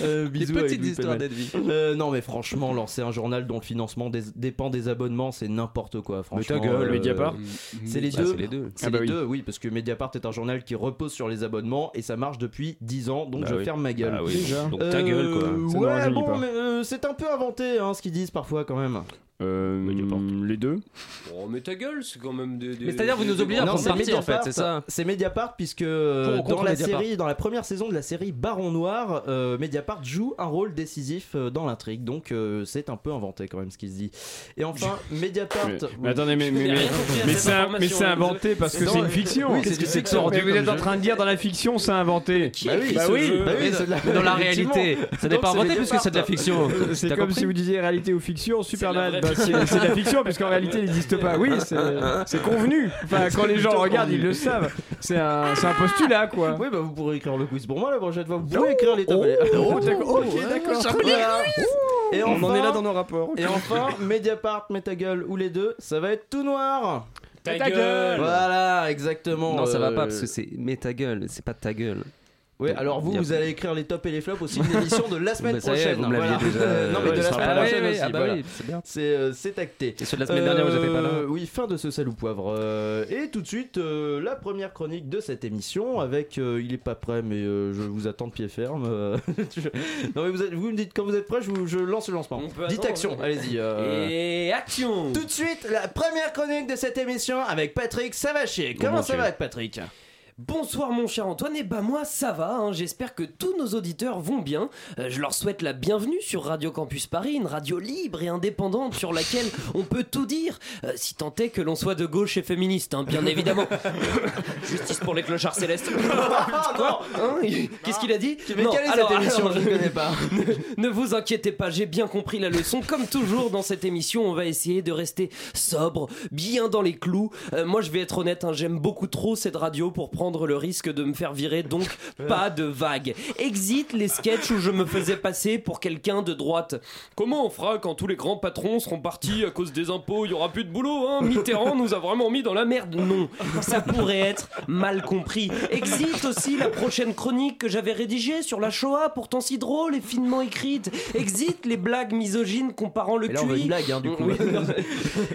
S4: euh, bisous
S3: petites
S4: à Louis
S3: histoires
S4: Penel.
S3: d'Edvi.
S4: Euh, non, mais franchement, lancer un journal dont le financement dé- dépend des abonnements, c'est n'importe quoi.
S11: Mais
S4: Franchement, euh,
S11: ta gueule, Mediapart.
S4: C'est les,
S11: Ah,
S4: deux.
S11: c'est les deux.
S4: C'est
S11: Ah bah
S4: les
S11: oui.
S4: deux, oui, parce que Mediapart est un journal qui repose sur les abonnements et ça marche depuis 10 ans, donc
S3: Bah
S4: je
S3: oui.
S4: ferme ma gueule.
S3: Bah oui, Déjà. donc ta gueule, quoi. Ça nous
S4: ouais,
S3: rajeunit
S4: bon,
S3: pas.
S4: mais euh, c'est un peu inventé hein, ce qu'ils disent parfois quand même.
S11: Euh, les deux
S1: Oh, mais ta gueule, c'est quand même des. des- des- des-
S4: Non, c'est Mediapart, C'est Mediapart, puisque euh,
S1: Pour ou contre
S4: dans la
S1: Mediapart
S4: série, dans la première saison de la série Baron Noir, euh, Mediapart joue un rôle décisif euh, dans l'intrigue, donc euh, c'est un peu inventé quand même ce qui se dit. Et enfin, Mediapart.
S11: Mais- mais attendez, mais- mais- J'ai rien mais- compris à mais cette c'est un- information, mais c'est inventé mais- parce que c'est une fiction.
S4: Oui, c'est du sexe
S11: Mais vous êtes en train de dire dans la fiction, c'est inventé.
S4: Bah oui,
S11: bah
S4: ce
S11: oui,
S4: jeu.
S11: bah oui,
S4: Mais
S11: c'est de
S4: dans la
S11: effectivement.
S4: réalité, ça n'est
S11: Donc,
S4: pas
S11: c'est
S4: inventé
S11: Mediapart.
S4: puisque c'est de la fiction.
S11: C'est
S4: T'as
S11: comme
S4: compris
S11: si vous disiez réalité ou fiction, Superman,
S4: vraie
S11: bah, c'est
S4: fiction.
S11: c'est de la fiction puisqu'en réalité il n'existe pas. Oui, c'est c'est convenu. Enfin, quand les gens
S4: Plutôt
S11: regardent, ils
S4: convenu.
S11: le savent. C'est un, c'est un postulat quoi.
S4: Oui, bah vous pourrez écrire le quiz pour moi la prochaine fois. Vous pouvez écrire les tableaux.
S11: oh, d'accord. Ok, d'accord. Voilà.
S4: Et
S11: On en
S4: enfin-
S11: est là dans nos rapports.
S4: Et enfin, Mediapart, mets ta gueule ou les deux, ça va être tout noir.
S11: Ta Ta gueule. gueule.
S4: Voilà, exactement.
S3: Non, ça va
S4: euh,
S3: pas parce que c'est mais ta gueule, c'est pas ta gueule.
S4: Oui, alors vous,
S3: Y a-
S4: vous allez écrire les tops et les flops aussi de l'émission de la semaine
S3: Bah, ça y est,
S4: prochaine.
S3: vous me l'aviez déjà, euh,
S4: non, mais
S3: ouais,
S4: de la
S3: ça sera
S4: semaine
S3: pas là.
S4: prochaine
S3: Ouais,
S4: aussi.
S3: ouais, ah bah
S4: voilà.
S3: oui, c'est bien.
S4: C'est euh, c'est acté.
S3: Et ceux de la semaine dernière, vous n'étiez pas là.
S11: Euh,
S4: Euh, Oui, fin de ce salou poivre. Euh, et tout de suite, euh, la première chronique de cette émission avec euh, Il est pas prêt, mais euh, je vous attends de pied ferme. euh, non, mais vous, êtes- vous me dites quand vous êtes prêt, je, vous- je lance le lancement. Dites
S1: attendre,
S4: action,
S1: ouais.
S4: allez-y. euh.
S1: Et action
S4: Tout de suite, la première chronique de cette émission avec Patrick Savachier. Comment
S1: Oh mon
S4: ça
S1: Dieu.
S4: va, Patrick
S1: Bonsoir mon cher Antoine, et bah moi ça va, hein. j'espère que tous nos auditeurs vont bien. Euh, je leur souhaite la bienvenue sur Radio Campus Paris, une radio libre et indépendante sur laquelle on peut tout dire, Euh, si tant est que l'on soit de gauche et féministe, hein, bien évidemment. Justice pour les clochards célestes. Quoi Hein Il- Qu'est-ce qu'il a dit
S4: Mais quelle est cette émission Je ne connais pas.
S1: ne vous inquiétez pas, j'ai bien compris la leçon. Comme toujours dans cette émission, on va essayer de rester sobre, bien dans les clous. Euh, moi, je vais être honnête, hein, j'aime beaucoup trop cette radio pour prendre le risque de me faire virer, donc pas de vague. Exit les sketchs où je me faisais passer pour quelqu'un de droite. Comment on fera quand tous les grands patrons seront partis à cause des impôts Il y aura plus de boulot, hein Mitterrand nous a vraiment mis dans la merde. Non, ça pourrait être mal compris. Exit aussi la prochaine chronique que j'avais rédigée sur la Shoah, pourtant si drôle et finement écrite. Exit les blagues misogynes comparant le
S4: Mais là, on veut
S1: QI.
S4: une blague, hein, du coup.
S1: Oui, non.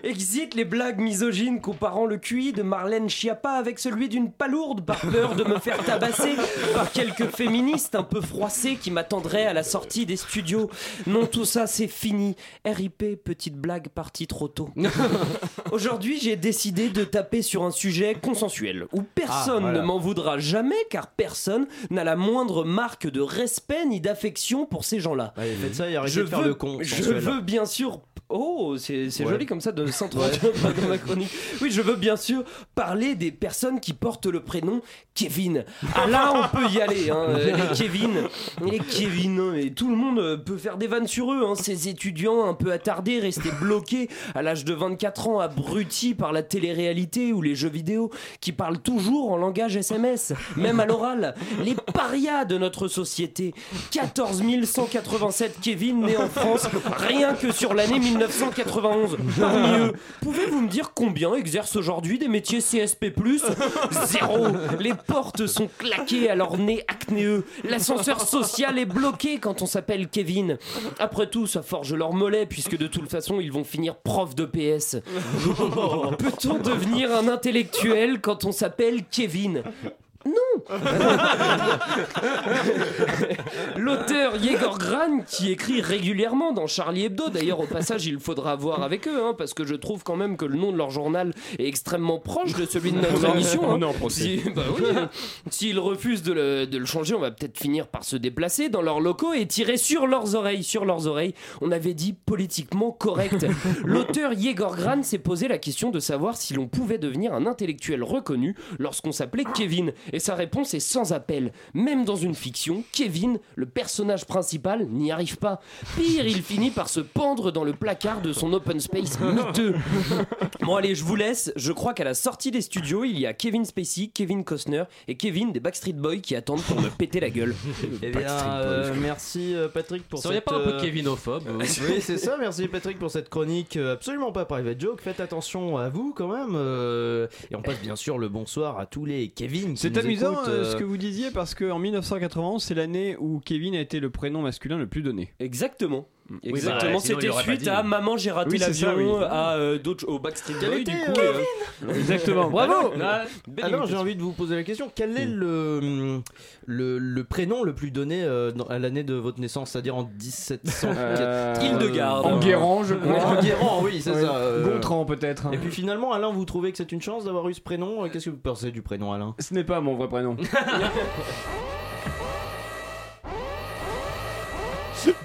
S1: Exit les blagues misogynes comparant le QI de Marlène Schiappa avec celui d'une palourde par peur de me faire tabasser par quelques féministes un peu froissés qui m'attendraient à la sortie des studios. Non, tout ça, c'est fini. RIP, petite blague partie trop tôt. Aujourd'hui, j'ai décidé de taper sur un sujet consensuel où personne
S4: Ah, voilà.
S1: ne m'en voudra jamais car personne n'a la moindre marque de respect ni d'affection pour ces gens-là.
S4: Allez, faites ça et arrêtez
S1: Je
S4: de faire
S1: veux-
S4: le con.
S1: Je
S4: sensuel.
S1: veux bien sûr. Oh, c'est c'est
S4: Ouais.
S1: joli comme ça de s'introduire dans ma chronique. Oui, je veux bien sûr parler des personnes qui portent le prénom Kevin. Ah là, on peut y aller. hein, euh, Les Kevin, les Kevin, hein, et tout le monde euh, peut faire des vannes sur eux. hein. Ces étudiants un peu attardés, restés bloqués à l'âge de 24 ans, abrutis par la télé-réalité ou les jeux vidéo, qui parlent toujours en langage SMS, même à l'oral. Les parias de notre société. 14 187 Kevin nés en France, rien que sur l'année 1991. Parmi eux, pouvez-vous me dire combien exercent aujourd'hui des métiers CSP Zéro Les portes sont claquées à leur nez acnéeux. L'ascenseur social est bloqué quand on s'appelle Kevin. Après tout, ça forge leur mollet, puisque de toute façon, ils vont finir prof de PS. Peut-on devenir un intellectuel quand on s'appelle Kevin L'auteur Yegor Gran, qui écrit régulièrement dans Charlie Hebdo, d'ailleurs au passage il faudra voir avec eux, hein, parce que je trouve quand même que le nom de leur journal est extrêmement proche de celui de notre
S11: On en-
S1: émission. hein.
S11: on est en procès.
S1: Si- bah oui, hein. S'ils refusent de le, de le changer, on va peut-être finir par se déplacer dans leurs locaux et tirer sur leurs oreilles. Sur leurs oreilles, on avait dit politiquement correct. L'auteur Yegor Gran s'est posé la question de savoir si l'on pouvait devenir un intellectuel reconnu lorsqu'on s'appelait Kevin. Et sa réponse réponse est sans appel. Même dans une fiction, Kevin, le personnage principal, n'y arrive pas. Pire, il finit par se pendre dans le placard de son open space miteux. Bon allez, je vous laisse. Je crois qu'à la sortie des studios, il y a Kevin Spacey, Kevin Costner et Kevin des Backstreet Boys qui attendent pour me péter la gueule.
S4: Eh bien, euh, merci euh, Patrick pour
S3: Seriez
S4: cette...
S3: pas un peu
S4: euh,
S3: kévinophobe, vous
S4: Oui, c'est ça, merci Patrick pour cette chronique euh, absolument pas private joke. Faites attention à vous quand même. euh, et on passe bien sûr le bonsoir à tous les Kevin. qui
S11: C'est
S4: nous
S11: amusant
S4: écoutent,
S11: euh,
S4: euh,
S11: ce que vous disiez parce que en 1991, c'est l'année où Kevin a été le prénom masculin le plus donné. bah,
S1: Exactement. Exactement, c'était suite à Maman j'ai raté
S11: Oui, c'est ça,
S1: l'avion,
S11: oui.
S1: à euh, d'autres au Backstreet
S4: Quel
S1: Boys du
S4: était,
S1: coup.
S4: euh,
S1: et, euh,
S11: Exactement,
S4: bravo
S1: Ah, belle
S4: Alors j'ai
S1: imitation.
S4: envie de vous poser la question, quel est le, mm, le, le prénom le plus donné euh, dans- à l'année de votre naissance, c'est-à-dire en 1704
S11: Euh,
S4: Hildegarde.
S11: Enguerrand, je crois.
S4: Enguerrand, oui, c'est
S11: Oui.
S4: ça. euh.
S11: Gontran, peut-être.
S4: Et puis finalement, Alain, vous trouvez que c'est une chance d'avoir eu ce prénom Euh, Qu'est-ce que vous pensez du prénom, Alain
S11: Ce n'est pas mon vrai prénom.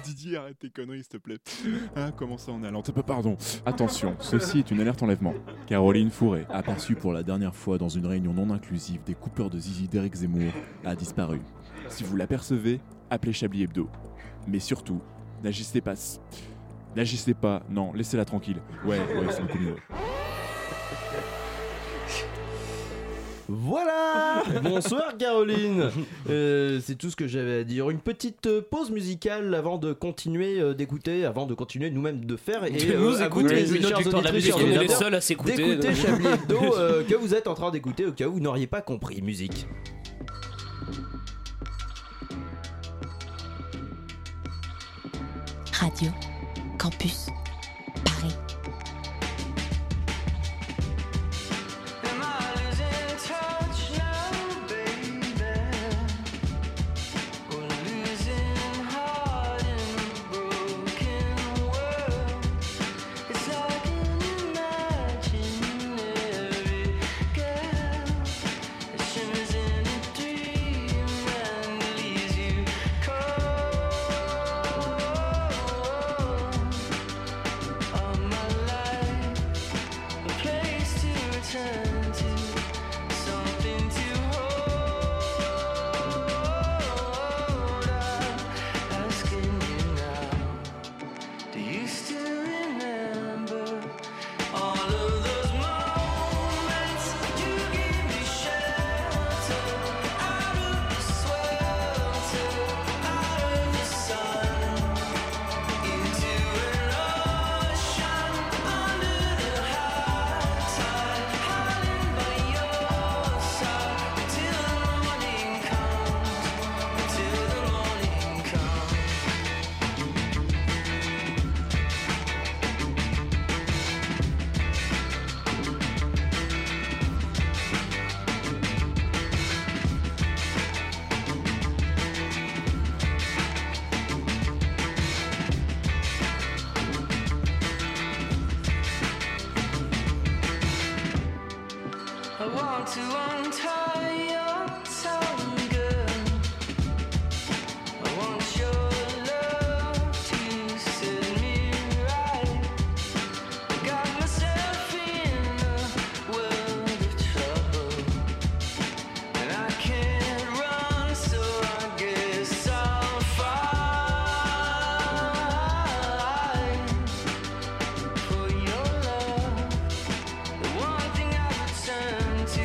S5: Didier, arrête tes conneries, s'il te plaît. Ah, comment ça en allant Pardon. Attention, ceci est une alerte enlèvement. Caroline Fourré, aperçue pour la dernière fois dans une réunion non inclusive des coupeurs de zizi d'Éric Zemmour, a disparu. Si vous l'apercevez, appelez Chablis Hebdo. Mais surtout, n'agissez pas. N'agissez pas. Non, laissez-la tranquille. Ouais, ouais, c'est beaucoup mieux.
S4: Voilà Bonsoir Caroline Euh, C'est tout ce que j'avais à dire. Une petite euh, pause musicale avant de continuer euh, d'écouter, avant de continuer nous-mêmes de faire et euh,
S1: De nous
S4: à vous,
S1: écouter.
S4: les
S1: Oui, notre
S4: chers
S1: victoire de la
S4: auditrices,
S1: musique, on est les
S4: auditeurs,
S1: seuls à s'écouter.
S4: D'écouter Chablis Hebdo euh, que vous êtes en train d'écouter au cas où vous n'auriez pas compris. Musique.
S9: Radio Campus Paris.
S13: Turn to something to hold on. Asking you now, do you still remember all of those moments you gave me shelter out of the swelter, out of the sun, into an ocean under the high tide, hiding by your side until the morning comes, until the morning comes. I want to untie your tongue, girl. I want your love to set me right. I got myself in a world of trouble, and I can't run, so I guess I'll fight for your love. The one thing I return to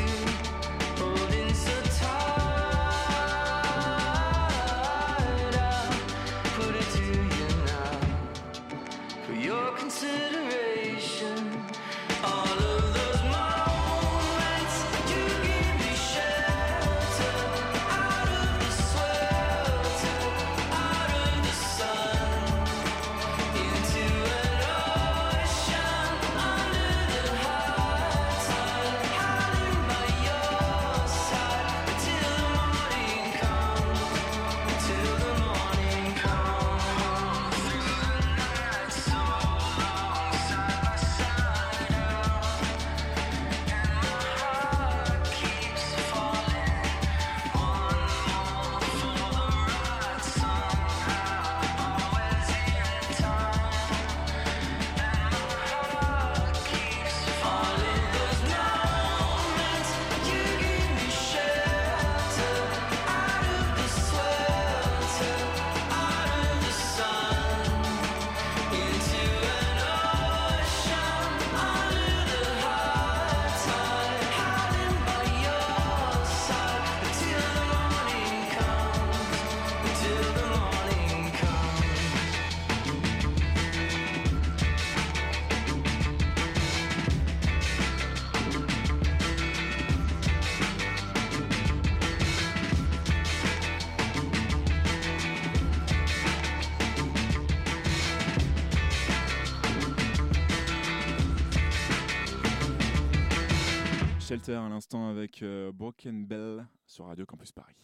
S5: Shelter à l'instant avec euh, Broken Bell sur Radio Campus Paris.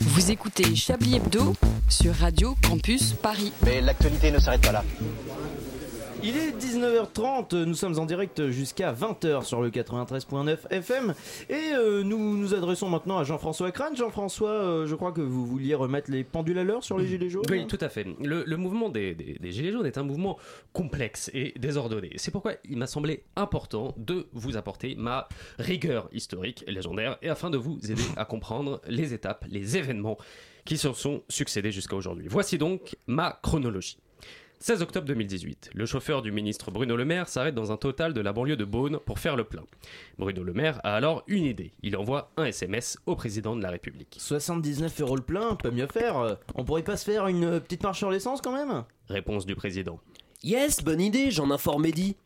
S9: Vous écoutez Chablis Hebdo sur Radio Campus Paris.
S7: Mais l'actualité ne s'arrête pas là.
S4: Il est 19h30, nous sommes en direct jusqu'à 20h sur le 93.9 FM et euh, nous nous adressons maintenant à Jean-François Crane. Jean-François, euh, je crois que vous vouliez remettre les pendules à l'heure sur les gilets jaunes. hein
S3: Oui, tout à fait. Le, le mouvement des, des- des Gilets jaunes est un mouvement complexe et désordonné. C'est pourquoi il m'a semblé important de vous apporter ma rigueur historique et légendaire et afin de vous aider à comprendre les étapes, les événements qui se sont succédés jusqu'à aujourd'hui. Voici donc ma chronologie. 16 octobre 2018, le chauffeur du ministre Bruno Le Maire s'arrête dans un total de la banlieue de Beaune pour faire le plein. Bruno Le Maire a alors une idée. Il envoie un SMS au président de la République.
S4: 79 euros le plein, pas mieux faire. Euh, On pourrait pas se faire une euh, petite marche sur l'essence quand même
S3: Réponse du président.
S1: Yes, bonne idée, j'en informe Eddy.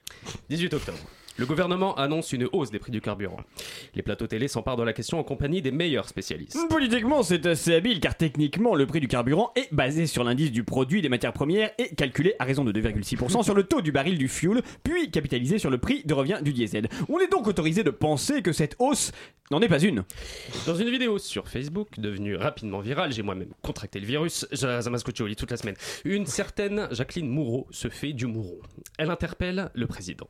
S3: 18 octobre. Le gouvernement annonce une hausse des prix du carburant. Les plateaux télé s'emparent de la question en compagnie des meilleurs spécialistes.
S14: Politiquement, c'est assez habile car techniquement, le prix du carburant est basé sur l'indice du produit des matières premières et calculé à raison de 2,6% sur le taux du baril du fuel, puis capitalisé sur le prix de revient du diesel. On est donc autorisé de penser que cette hausse n'en est pas une.
S3: Dans une vidéo sur Facebook, devenue rapidement virale, j'ai moi-même contracté le virus, j'a- ça m'a scotché au lit toute la semaine, une certaine Jacqueline Moureau se fait du Moureau. Elle interpelle le président.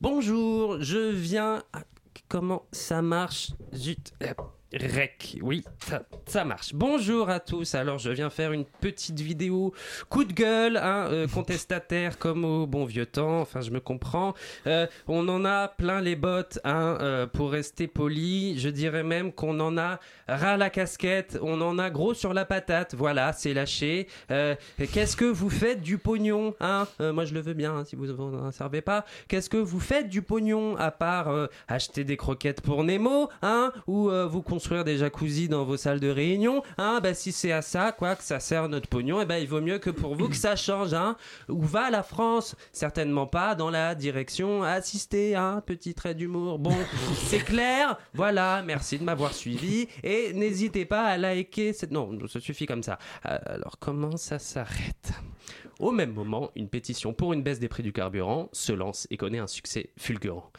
S3: Bonjour, je viens... à- Comment ça marche Zut. euh, Rec, oui, ça, ça marche. Bonjour à tous. Alors, je viens faire une petite vidéo coup de gueule, hein, euh, contestataire comme au bon vieux temps. Enfin, je me comprends. Euh, on en a plein les bottes, hein, euh, pour rester poli. Je dirais même qu'on en a ras la casquette, on en a gros sur la patate. Voilà, c'est lâché. Euh, Qu'est-ce que vous faites du pognon hein Euh, Moi, je le veux bien hein, si vous vous en servez pas. Qu'est-ce que vous faites du pognon à part euh, acheter des croquettes pour Nemo hein ou euh, vous construire des jacuzzi dans vos salles de réunion hein bah, Si c'est à ça quoi que ça sert notre pognon, eh ben, il vaut mieux que pour vous que ça change. Hein Où va la France Certainement pas dans la direction assistée. Hein Petit trait d'humour. Bon, c'est clair. Voilà, merci de m'avoir suivi. Et n'hésitez pas à liker. Cette... Non, ça suffit comme ça. Euh, Alors, comment ça s'arrête Au même moment, une pétition pour une baisse des prix du carburant se lance et connaît un succès fulgurant.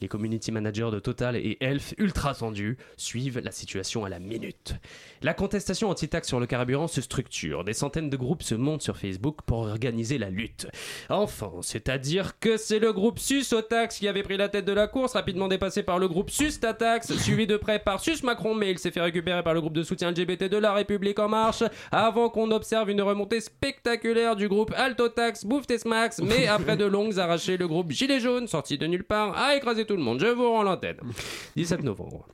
S3: Les community managers de Total et Elf, ultra tendus, suivent la situation à la minute. La contestation anti-taxe sur le carburant se structure. Des centaines de groupes se montent sur Facebook pour organiser la lutte. Enfin, c'est-à-dire que c'est le groupe Sus aux taxes qui avait pris la tête de la course, rapidement dépassé par le groupe Sus ta taxe, suivi de près par Sus Macron, mais il s'est fait récupérer par le groupe de soutien LGBT de la République en marche, avant qu'on observe une remontée spectaculaire du groupe Altotax, Bouffe tes smacks, mais après de longues arrachées, le groupe Gilet jaune, sorti de nulle part, a écrasé tout le monde. Je vous rends l'antenne. 17 novembre.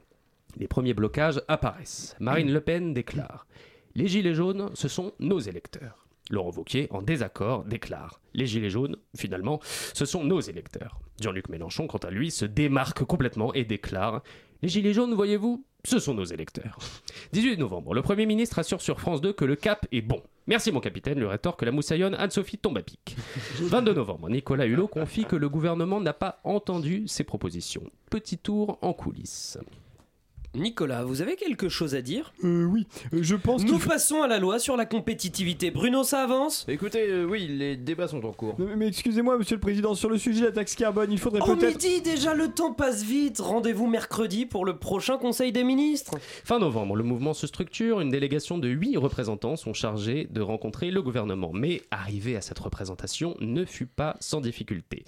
S3: Les premiers blocages apparaissent. Marine Le Pen déclare Les Gilets jaunes, ce sont nos électeurs. Laurent Wauquiez, en désaccord, déclare Les Gilets jaunes, finalement, ce sont nos électeurs. Jean-Luc Mélenchon, quant à lui, se démarque complètement et déclare Les Gilets jaunes, voyez-vous, ce sont nos électeurs. 18 novembre, le Premier ministre assure sur France 2 que le cap est bon. Merci mon capitaine, le rétorque la moussaillonne Anne-Sophie tombe à pic. 22 novembre, Nicolas Hulot confie que le gouvernement n'a pas entendu ses propositions. Petit tour en coulisses.
S1: Nicolas, vous avez quelque chose à dire
S14: Euh, Oui, je pense
S1: Nous passons à la loi sur la compétitivité. Bruno, ça avance
S4: Écoutez, euh, oui, les débats sont en cours.
S15: Mais, mais excusez-moi, monsieur le président, sur le sujet de la taxe carbone, il faudrait
S1: Oh
S15: peut-être.
S1: midi déjà, le temps passe vite. Rendez-vous mercredi pour le prochain Conseil des ministres.
S3: Fin novembre, le mouvement se structure. Une délégation de huit représentants sont chargés de rencontrer le gouvernement. Mais arriver à cette représentation ne fut pas sans difficulté.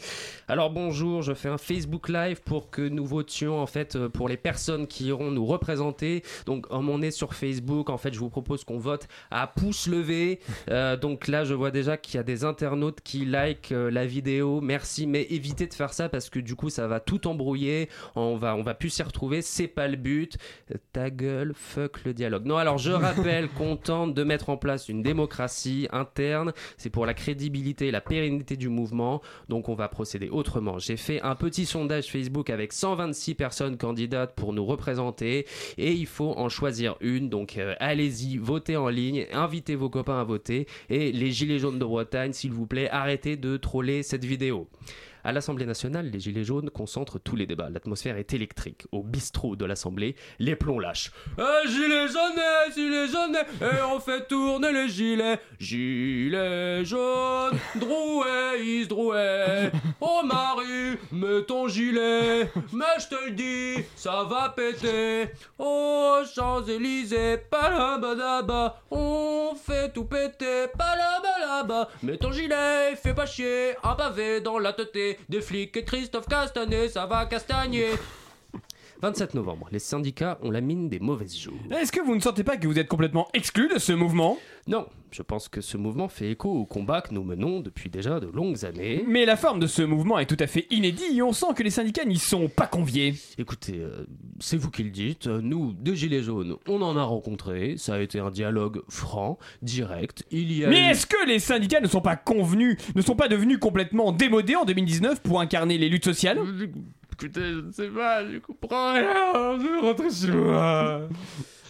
S3: Alors bonjour, je fais un Facebook Live pour que nous votions en fait euh, pour les personnes qui iront nous représenter. Donc comme on est sur Facebook, en fait, je vous propose qu'on vote à pouce levé. Euh, donc là, je vois déjà qu'il y a des internautes qui like euh, la vidéo. Merci, mais évitez de faire ça parce que du coup, ça va tout embrouiller. On va, on va plus s'y retrouver. C'est pas le but. Euh, Ta gueule, fuck le dialogue. Non, alors je rappelle qu'on tente de mettre en place une démocratie interne. C'est pour la crédibilité et la pérennité du mouvement. Donc on va procéder autrement. J'ai fait un petit sondage Facebook avec 126 personnes candidates pour nous représenter et il faut en choisir une. Donc euh, allez-y, votez en ligne, invitez vos copains à voter et les gilets jaunes de Bretagne, s'il vous plaît, arrêtez de troller cette vidéo. À l'Assemblée nationale, les Gilets jaunes concentrent tous les débats. L'atmosphère est électrique. Au bistrot de l'Assemblée, les plombs lâchent. Eh, gilets jaunes, eh, gilets jaunes, eh, et on fait tourner les gilets. Gilets jaunes, Drouet, Is Drouet. Oh Marie, mets ton gilet. Mais je te le dis, ça va péter. Oh Champs-Élysées, palabadaba. On fait tout péter, palabalaba. Mets ton gilet, fais pas chier. Un pavé Ah, bah, dans la teuté des flics et Christophe Castanet, ça va castagner. 27 novembre, les syndicats ont la mine des mauvaises jours.
S14: Est-ce que vous ne sentez pas que vous êtes complètement exclu de ce mouvement
S3: Non, je pense que ce mouvement fait écho au combat que nous menons depuis déjà de longues années.
S14: Mais la forme de ce mouvement est tout à fait inédite et on sent que les syndicats n'y sont pas conviés.
S3: Écoutez, euh, c'est vous qui le dites, euh, nous, des Gilets jaunes, on en a rencontré, ça a été un dialogue franc, direct, il y a...
S14: Mais
S3: eu-
S14: est-ce que les syndicats ne sont pas convenus, ne sont pas devenus complètement démodés en 2019 pour incarner les luttes sociales
S3: Écoutez, je ne sais pas, je comprends rien, je vais rentrer chez moi.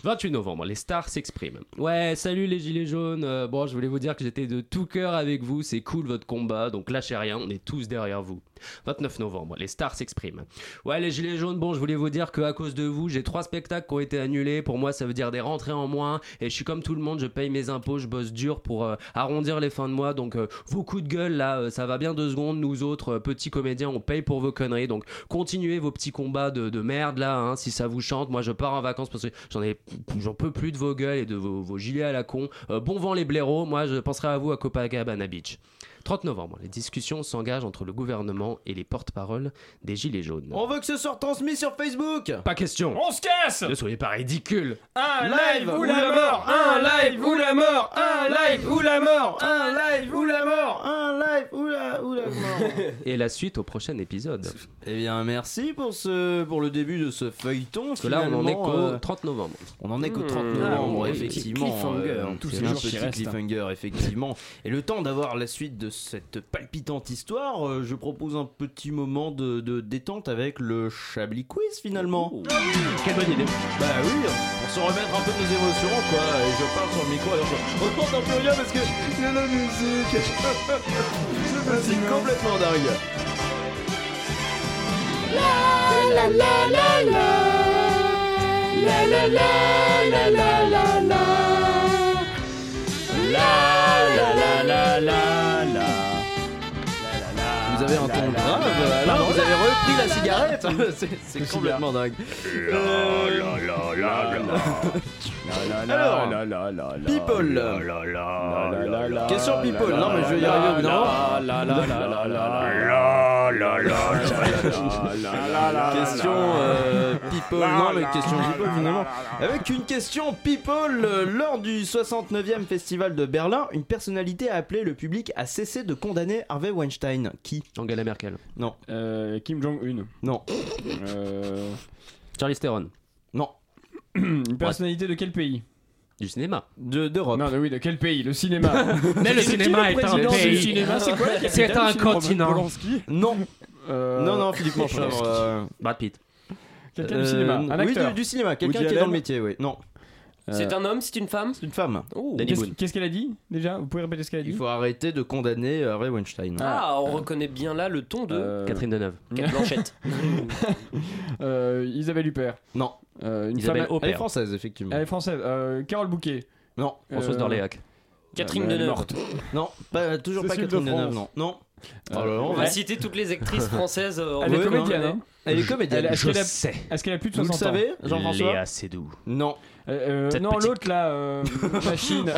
S3: 28 novembre, les stars s'expriment. Ouais, salut les gilets jaunes. euh, bon, je voulais vous dire que j'étais de tout cœur avec vous. C'est cool votre combat, donc lâchez rien, on est tous derrière vous. 29 novembre, les stars s'expriment. Ouais, les gilets jaunes, bon, je voulais vous dire que à cause de vous, j'ai trois spectacles qui ont été annulés. Pour moi, ça veut dire des rentrées en moins. Et je suis comme tout le monde, je paye mes impôts, je bosse dur pour euh, arrondir les fins de mois. Donc, euh, vos coups de gueule là, euh, ça va bien deux secondes. Nous autres, euh, petits comédiens, on paye pour vos conneries. Donc, continuez vos petits combats de, de merde là. hein, si ça vous chante, moi je pars en vacances parce que j'en ai, j'en peux plus de vos gueules et de vos, vos gilets à la con. Euh, bon vent les blaireaux. Moi, je penserai à vous à Copacabana Beach. 30 novembre, les discussions s'engagent entre le gouvernement et les porte-paroles des Gilets jaunes.
S4: On veut que ce soit retransmis sur Facebook
S3: Pas question
S14: On se casse
S3: Ne soyez pas ridicule
S14: Un
S12: live ou la mort, hein. un live ou la mort, un live ou la mort, un live ou la mort,
S2: un live ou la, ou la mort.
S3: Et la suite au prochain épisode.
S4: Eh bien, merci pour, ce, pour le début de ce feuilleton.
S3: Parce que là, on en est
S4: finalement,
S3: qu'au
S4: euh,
S3: 30 novembre.
S4: On en est qu'au 30
S3: Mmh.
S4: novembre,
S3: Ah oui,
S4: effectivement.
S3: cliffhanger, hein,
S4: euh,
S3: tous
S4: c'est
S3: ces
S4: un
S3: jours qui
S4: petit
S3: restent.
S4: cliffhanger, effectivement. Et le temps d'avoir la suite de cette palpitante histoire, euh, je propose un petit moment de, de détente avec le Chablis Quiz, finalement.
S3: Oh,
S14: Quelle bonne idée.
S4: Bah oui, pour se remettre un peu de nos émotions, quoi. Et je parle sur le micro, alors je on n'entend plus rien parce que il y a la musique. C'est complètement dingue.
S12: La la la la La la la la la la la La la la la la
S4: Vous avez un ton grave, alors vous avez repris la cigarette. C'est- C'est complètement dingue. Euh, Alors, People. Question People. Non, mais je vais y arriver au bout d'un moment. Question euh, People. Non, mais question People finalement. Avec une question People. euh, Lors du 69e Festival de Berlin, une personnalité a appelé le public à cesser de condamner Harvey Weinstein. Qui
S3: Angela Merkel.
S4: Non.
S14: Kim Jong-un.
S4: Non.
S3: Charlie Theron.
S4: Euh, Non.
S14: Une personnalité de quel pays
S3: Du cinéma.
S4: De d'Europe.
S14: Non, mais oui, de quel pays Le cinéma.
S3: Mais le
S14: C'est qui
S3: cinéma est un
S14: président du
S3: pays.
S14: cinéma C'est quoi la capitale
S3: C'est
S14: du
S3: un
S14: cinéma
S3: continent.
S14: Polanski
S4: Non.
S14: Euh,
S4: Non, non, Philippe Manchevre. euh,
S3: Brad Pitt.
S14: Quelqu'un du cinéma, un
S4: oui,
S14: acteur.
S4: du, du cinéma, quelqu'un
S14: Woody
S4: qui est dans le
S14: Allen.
S4: métier, oui. Non. Euh,
S1: Euh, C'est un homme, c'est une femme
S4: C'est une femme.
S1: Oh.
S4: Danny
S14: Qu'est-ce
S4: Boone.
S14: qu'est-ce qu'elle a dit déjà Vous pouvez répéter ce qu'elle a dit
S4: Il faut arrêter de condamner euh, Harvey Weinstein.
S1: Ah, on reconnaît bien là le ton de
S4: euh,
S3: Catherine Deneuve.
S1: Kate Blanchette.
S14: Euh, Isabelle Huppert.
S4: Non.
S14: Euh, une
S3: Isabelle
S14: femme-
S3: Huppert.
S4: Elle est française, effectivement.
S14: Elle est française. Euh, Carole Bouquet.
S4: Non.
S3: Françoise
S14: Euh,
S3: d'Orléac.
S1: Catherine
S14: elle est
S1: Deneuve.
S14: morte.
S4: Non, pas, toujours
S14: C'est
S4: pas
S14: celui de
S4: Catherine Deneuve,
S14: France.
S4: non. Non. Oh là là,
S1: On
S4: on
S1: va
S4: va-
S1: citer toutes les actrices françaises. euh, en
S14: Elle est
S1: même temps,
S14: comédienne,
S1: hein.
S14: hein
S4: Elle est comédienne.
S14: Elle- Est-ce qu'elle a-
S3: sais.
S14: est-ce qu'elle a plus de
S4: Vous le
S14: 60 ans
S4: savez, Jean-François
S3: Léa Seydoux.
S4: Non.
S14: Euh, euh,
S3: Cette
S14: non,
S3: petite-
S14: l'autre là, euh, la Chine,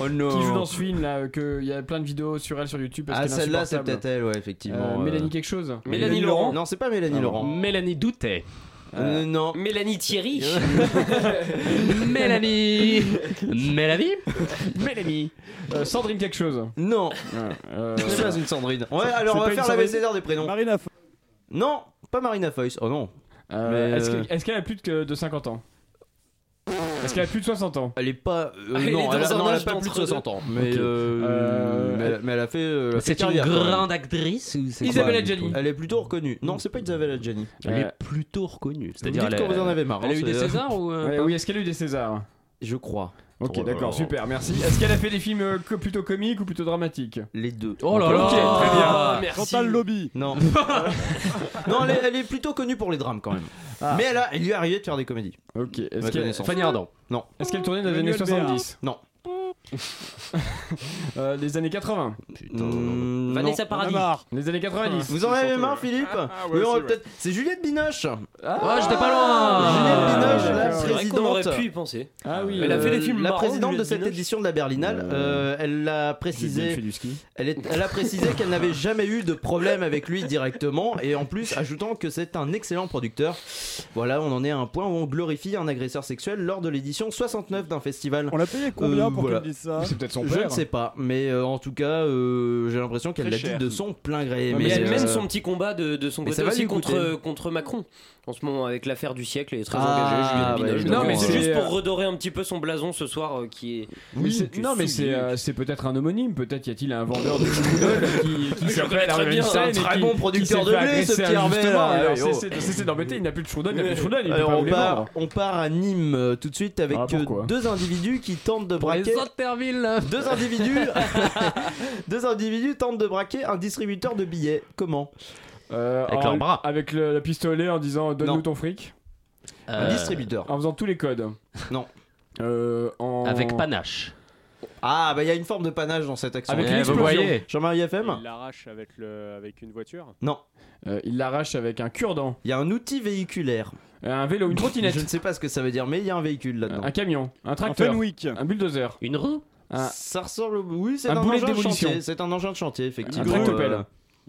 S4: Oh
S14: qui joue dans
S4: non.
S14: ce film là, euh, que il y a plein de vidéos sur elle sur YouTube. Parce
S4: Ah,
S14: qu'elle est
S4: celle-là, c'est
S14: insupportable.
S4: peut-être elle, ouais,
S14: Euh,
S4: effectivement.
S14: Mélanie quelque chose.
S1: Mélanie Laurent.
S4: Non, c'est pas Mélanie Laurent.
S3: Mélanie Doutet.
S4: Euh, non.
S1: Mélanie Thierry.
S3: Mélanie. Mélanie.
S14: Mélanie. Euh, Sandrine quelque chose.
S4: Non.
S14: Euh,
S4: C'est pas une Sandrine. Ouais, alors
S14: C'est
S4: on va
S14: pas une
S4: faire la
S14: Sandrine.
S4: l'abécédaire des prénoms.
S5: Marina Fo-
S4: Non, pas Marina Foïs. Oh non.
S14: euh,
S4: Mais,
S14: Est-ce
S4: euh,
S14: que- est-ce qu'elle a plus de, que- de 50 ans Est-ce qu'elle a plus de 60 ans
S4: Elle est pas.
S11: Ah,
S4: euh,
S1: Elle est
S4: non,
S1: dans
S4: elle a,
S1: un
S4: non, elle a
S1: âge
S4: pas plus de
S1: entre
S4: 60 ans. Mais,
S14: Ok.
S4: euh,
S14: Euh,
S4: mais, elle- mais elle a fait. euh, elle a fait
S3: C'est une
S4: carrière, quand même.
S3: grande actrice ou c'est
S14: Isabelle
S3: quoi
S14: Adjani.
S4: Elle est plutôt reconnue. Non, c'est pas Isabelle Adjani.
S3: Elle
S14: Euh,
S3: est plutôt reconnue.
S4: Vous
S3: C'est-à-dire
S4: dites
S3: elle
S4: quand vous en avez marre.
S3: elle a
S4: hein,
S3: eu des
S4: c'est-
S3: Césars ou. euh,
S14: ouais, Oui, est-ce qu'elle a eu des Césars
S3: Je crois.
S11: Ok,
S4: euh,
S11: d'accord, super, merci. Est-ce qu'elle a fait des films euh, co- plutôt comiques ou plutôt dramatiques
S4: Les deux.
S11: Oh là là Ah,
S3: Ok, très bien.
S4: Ah,
S11: merci.
S5: Chantal Lobby.
S4: Non. non, elle est, elle est plutôt connue pour les drames quand même.
S11: Ah.
S4: Mais elle, a, elle lui est arrivée de faire des comédies.
S11: Ok,
S4: Ma
S11: est-ce qu'elle.
S4: connaissance.
S11: Fanny Ardant.
S4: Non.
S11: Est-ce qu'elle tournait dans les années
S4: Emmanuel Béard.
S11: 70
S4: Non.
S11: Euh, Les années 80
S4: Mm,
S11: Vanessa
S4: non. Ah,
S11: Paradis. Les années 90.
S4: Vous en avez marre, Philippe
S11: ouais,
S4: Oui, on
S11: c'est
S4: va
S11: vrai.
S4: peut-être- C'est Juliette Binoche
S1: Ah, j'étais pas loin.
S4: Juliette Binoche,
S1: Ah,
S4: la
S1: c'est vrai
S4: présidente. euh,
S1: qu'on aurait pu y penser.
S11: Ah oui,
S1: Elle a fait des films
S4: La
S1: marrants,
S4: présidente de
S1: Juliette
S4: cette
S1: Binoche.
S4: édition de la Berlinale, euh, elle l'a précisé. Elle, est- elle a précisé qu'elle n'avait jamais eu de problème avec lui directement et en plus ajoutant que c'est un excellent producteur. Voilà, on en est à un point où on glorifie un agresseur sexuel lors de l'édition 69 d'un festival. On
S13: l'a payé combien pour qu'elle dise ça
S11: C'est peut-être son
S4: Je
S11: père.
S4: ne sais pas, mais euh, en tout cas, euh, j'ai l'impression qu'elle l'a dit de son plein gré.
S1: Mais, elle
S4: euh,
S1: mène son petit combat de, de son
S4: mais
S1: côté
S4: ça va
S1: aussi
S4: lui coûter.
S1: contre, contre Macron en ce moment avec l'affaire du siècle. Elle est très
S4: Ah,
S1: engagée, Juliette Binoche.
S4: ouais,
S1: non, mais
S4: d'accord.
S1: c'est juste
S4: C'est,
S1: pour
S4: euh,
S1: redorer un petit peu son blason ce soir euh, qui est.
S11: Mais c'est- non, mais c'est euh, c'est peut-être un homonyme. Peut-être y a-t-il un vendeur de chou-boudel qui, qui
S1: Je
S11: s'appelle
S1: connais très
S11: Harvey
S1: bien,
S11: Weinstein
S1: un
S11: et
S1: très
S11: qui-
S1: bon
S11: qui
S1: producteur
S11: s'est
S1: de
S11: fait
S1: blé, ce
S11: agresser
S1: petit Harvey,
S11: injustement.
S1: là,
S11: Alors,
S1: et
S11: c'est-
S1: oh.
S11: c'est- c'est- c'est d'embêter, il n'a plus de chou-boudel, il n'a plus de chou-boudel, il peut
S4: Alors,
S11: pas vous
S4: on,
S11: les
S4: part,
S11: vendre.
S4: on part à Nîmes euh, tout de suite avec
S11: Ah,
S4: euh,
S11: pourquoi
S4: deux individus qui tentent de braquer. Deux individus, deux individus tentent de braquer un distributeur de billets. Comment
S11: Euh,
S4: Avec
S11: en-
S4: leurs bras.
S11: Avec le, le pistolet en disant
S4: Non.
S11: donne-nous ton fric.
S4: Un distributeur.
S11: En faisant tous les codes.
S4: Non.
S11: Euh, en...
S3: Avec panache.
S4: Ah bah il y a une forme de panache dans cette action.
S11: Avec Eh, une vous explosion. voyez.
S4: Jean-Marie FM.
S13: Il l'arrache avec, le... avec une voiture
S4: Non.
S11: Euh, il l'arrache avec un cure-dent.
S4: Il y a un outil véhiculaire.
S11: Un vélo, une trottinette.
S4: Je ne sais pas ce que ça veut dire, mais il y a un véhicule là-dedans.
S11: Un camion, un tracteur,
S13: Fenwick.
S11: un bulldozer,
S3: une roue,
S11: un,
S4: Ça ressemble. Oui, c'est
S11: Un
S4: un,
S11: boulet de
S4: engin de
S11: démolition.
S4: chantier. C'est un engin de chantier,
S11: un
S4: effectivement.
S11: tractopelle.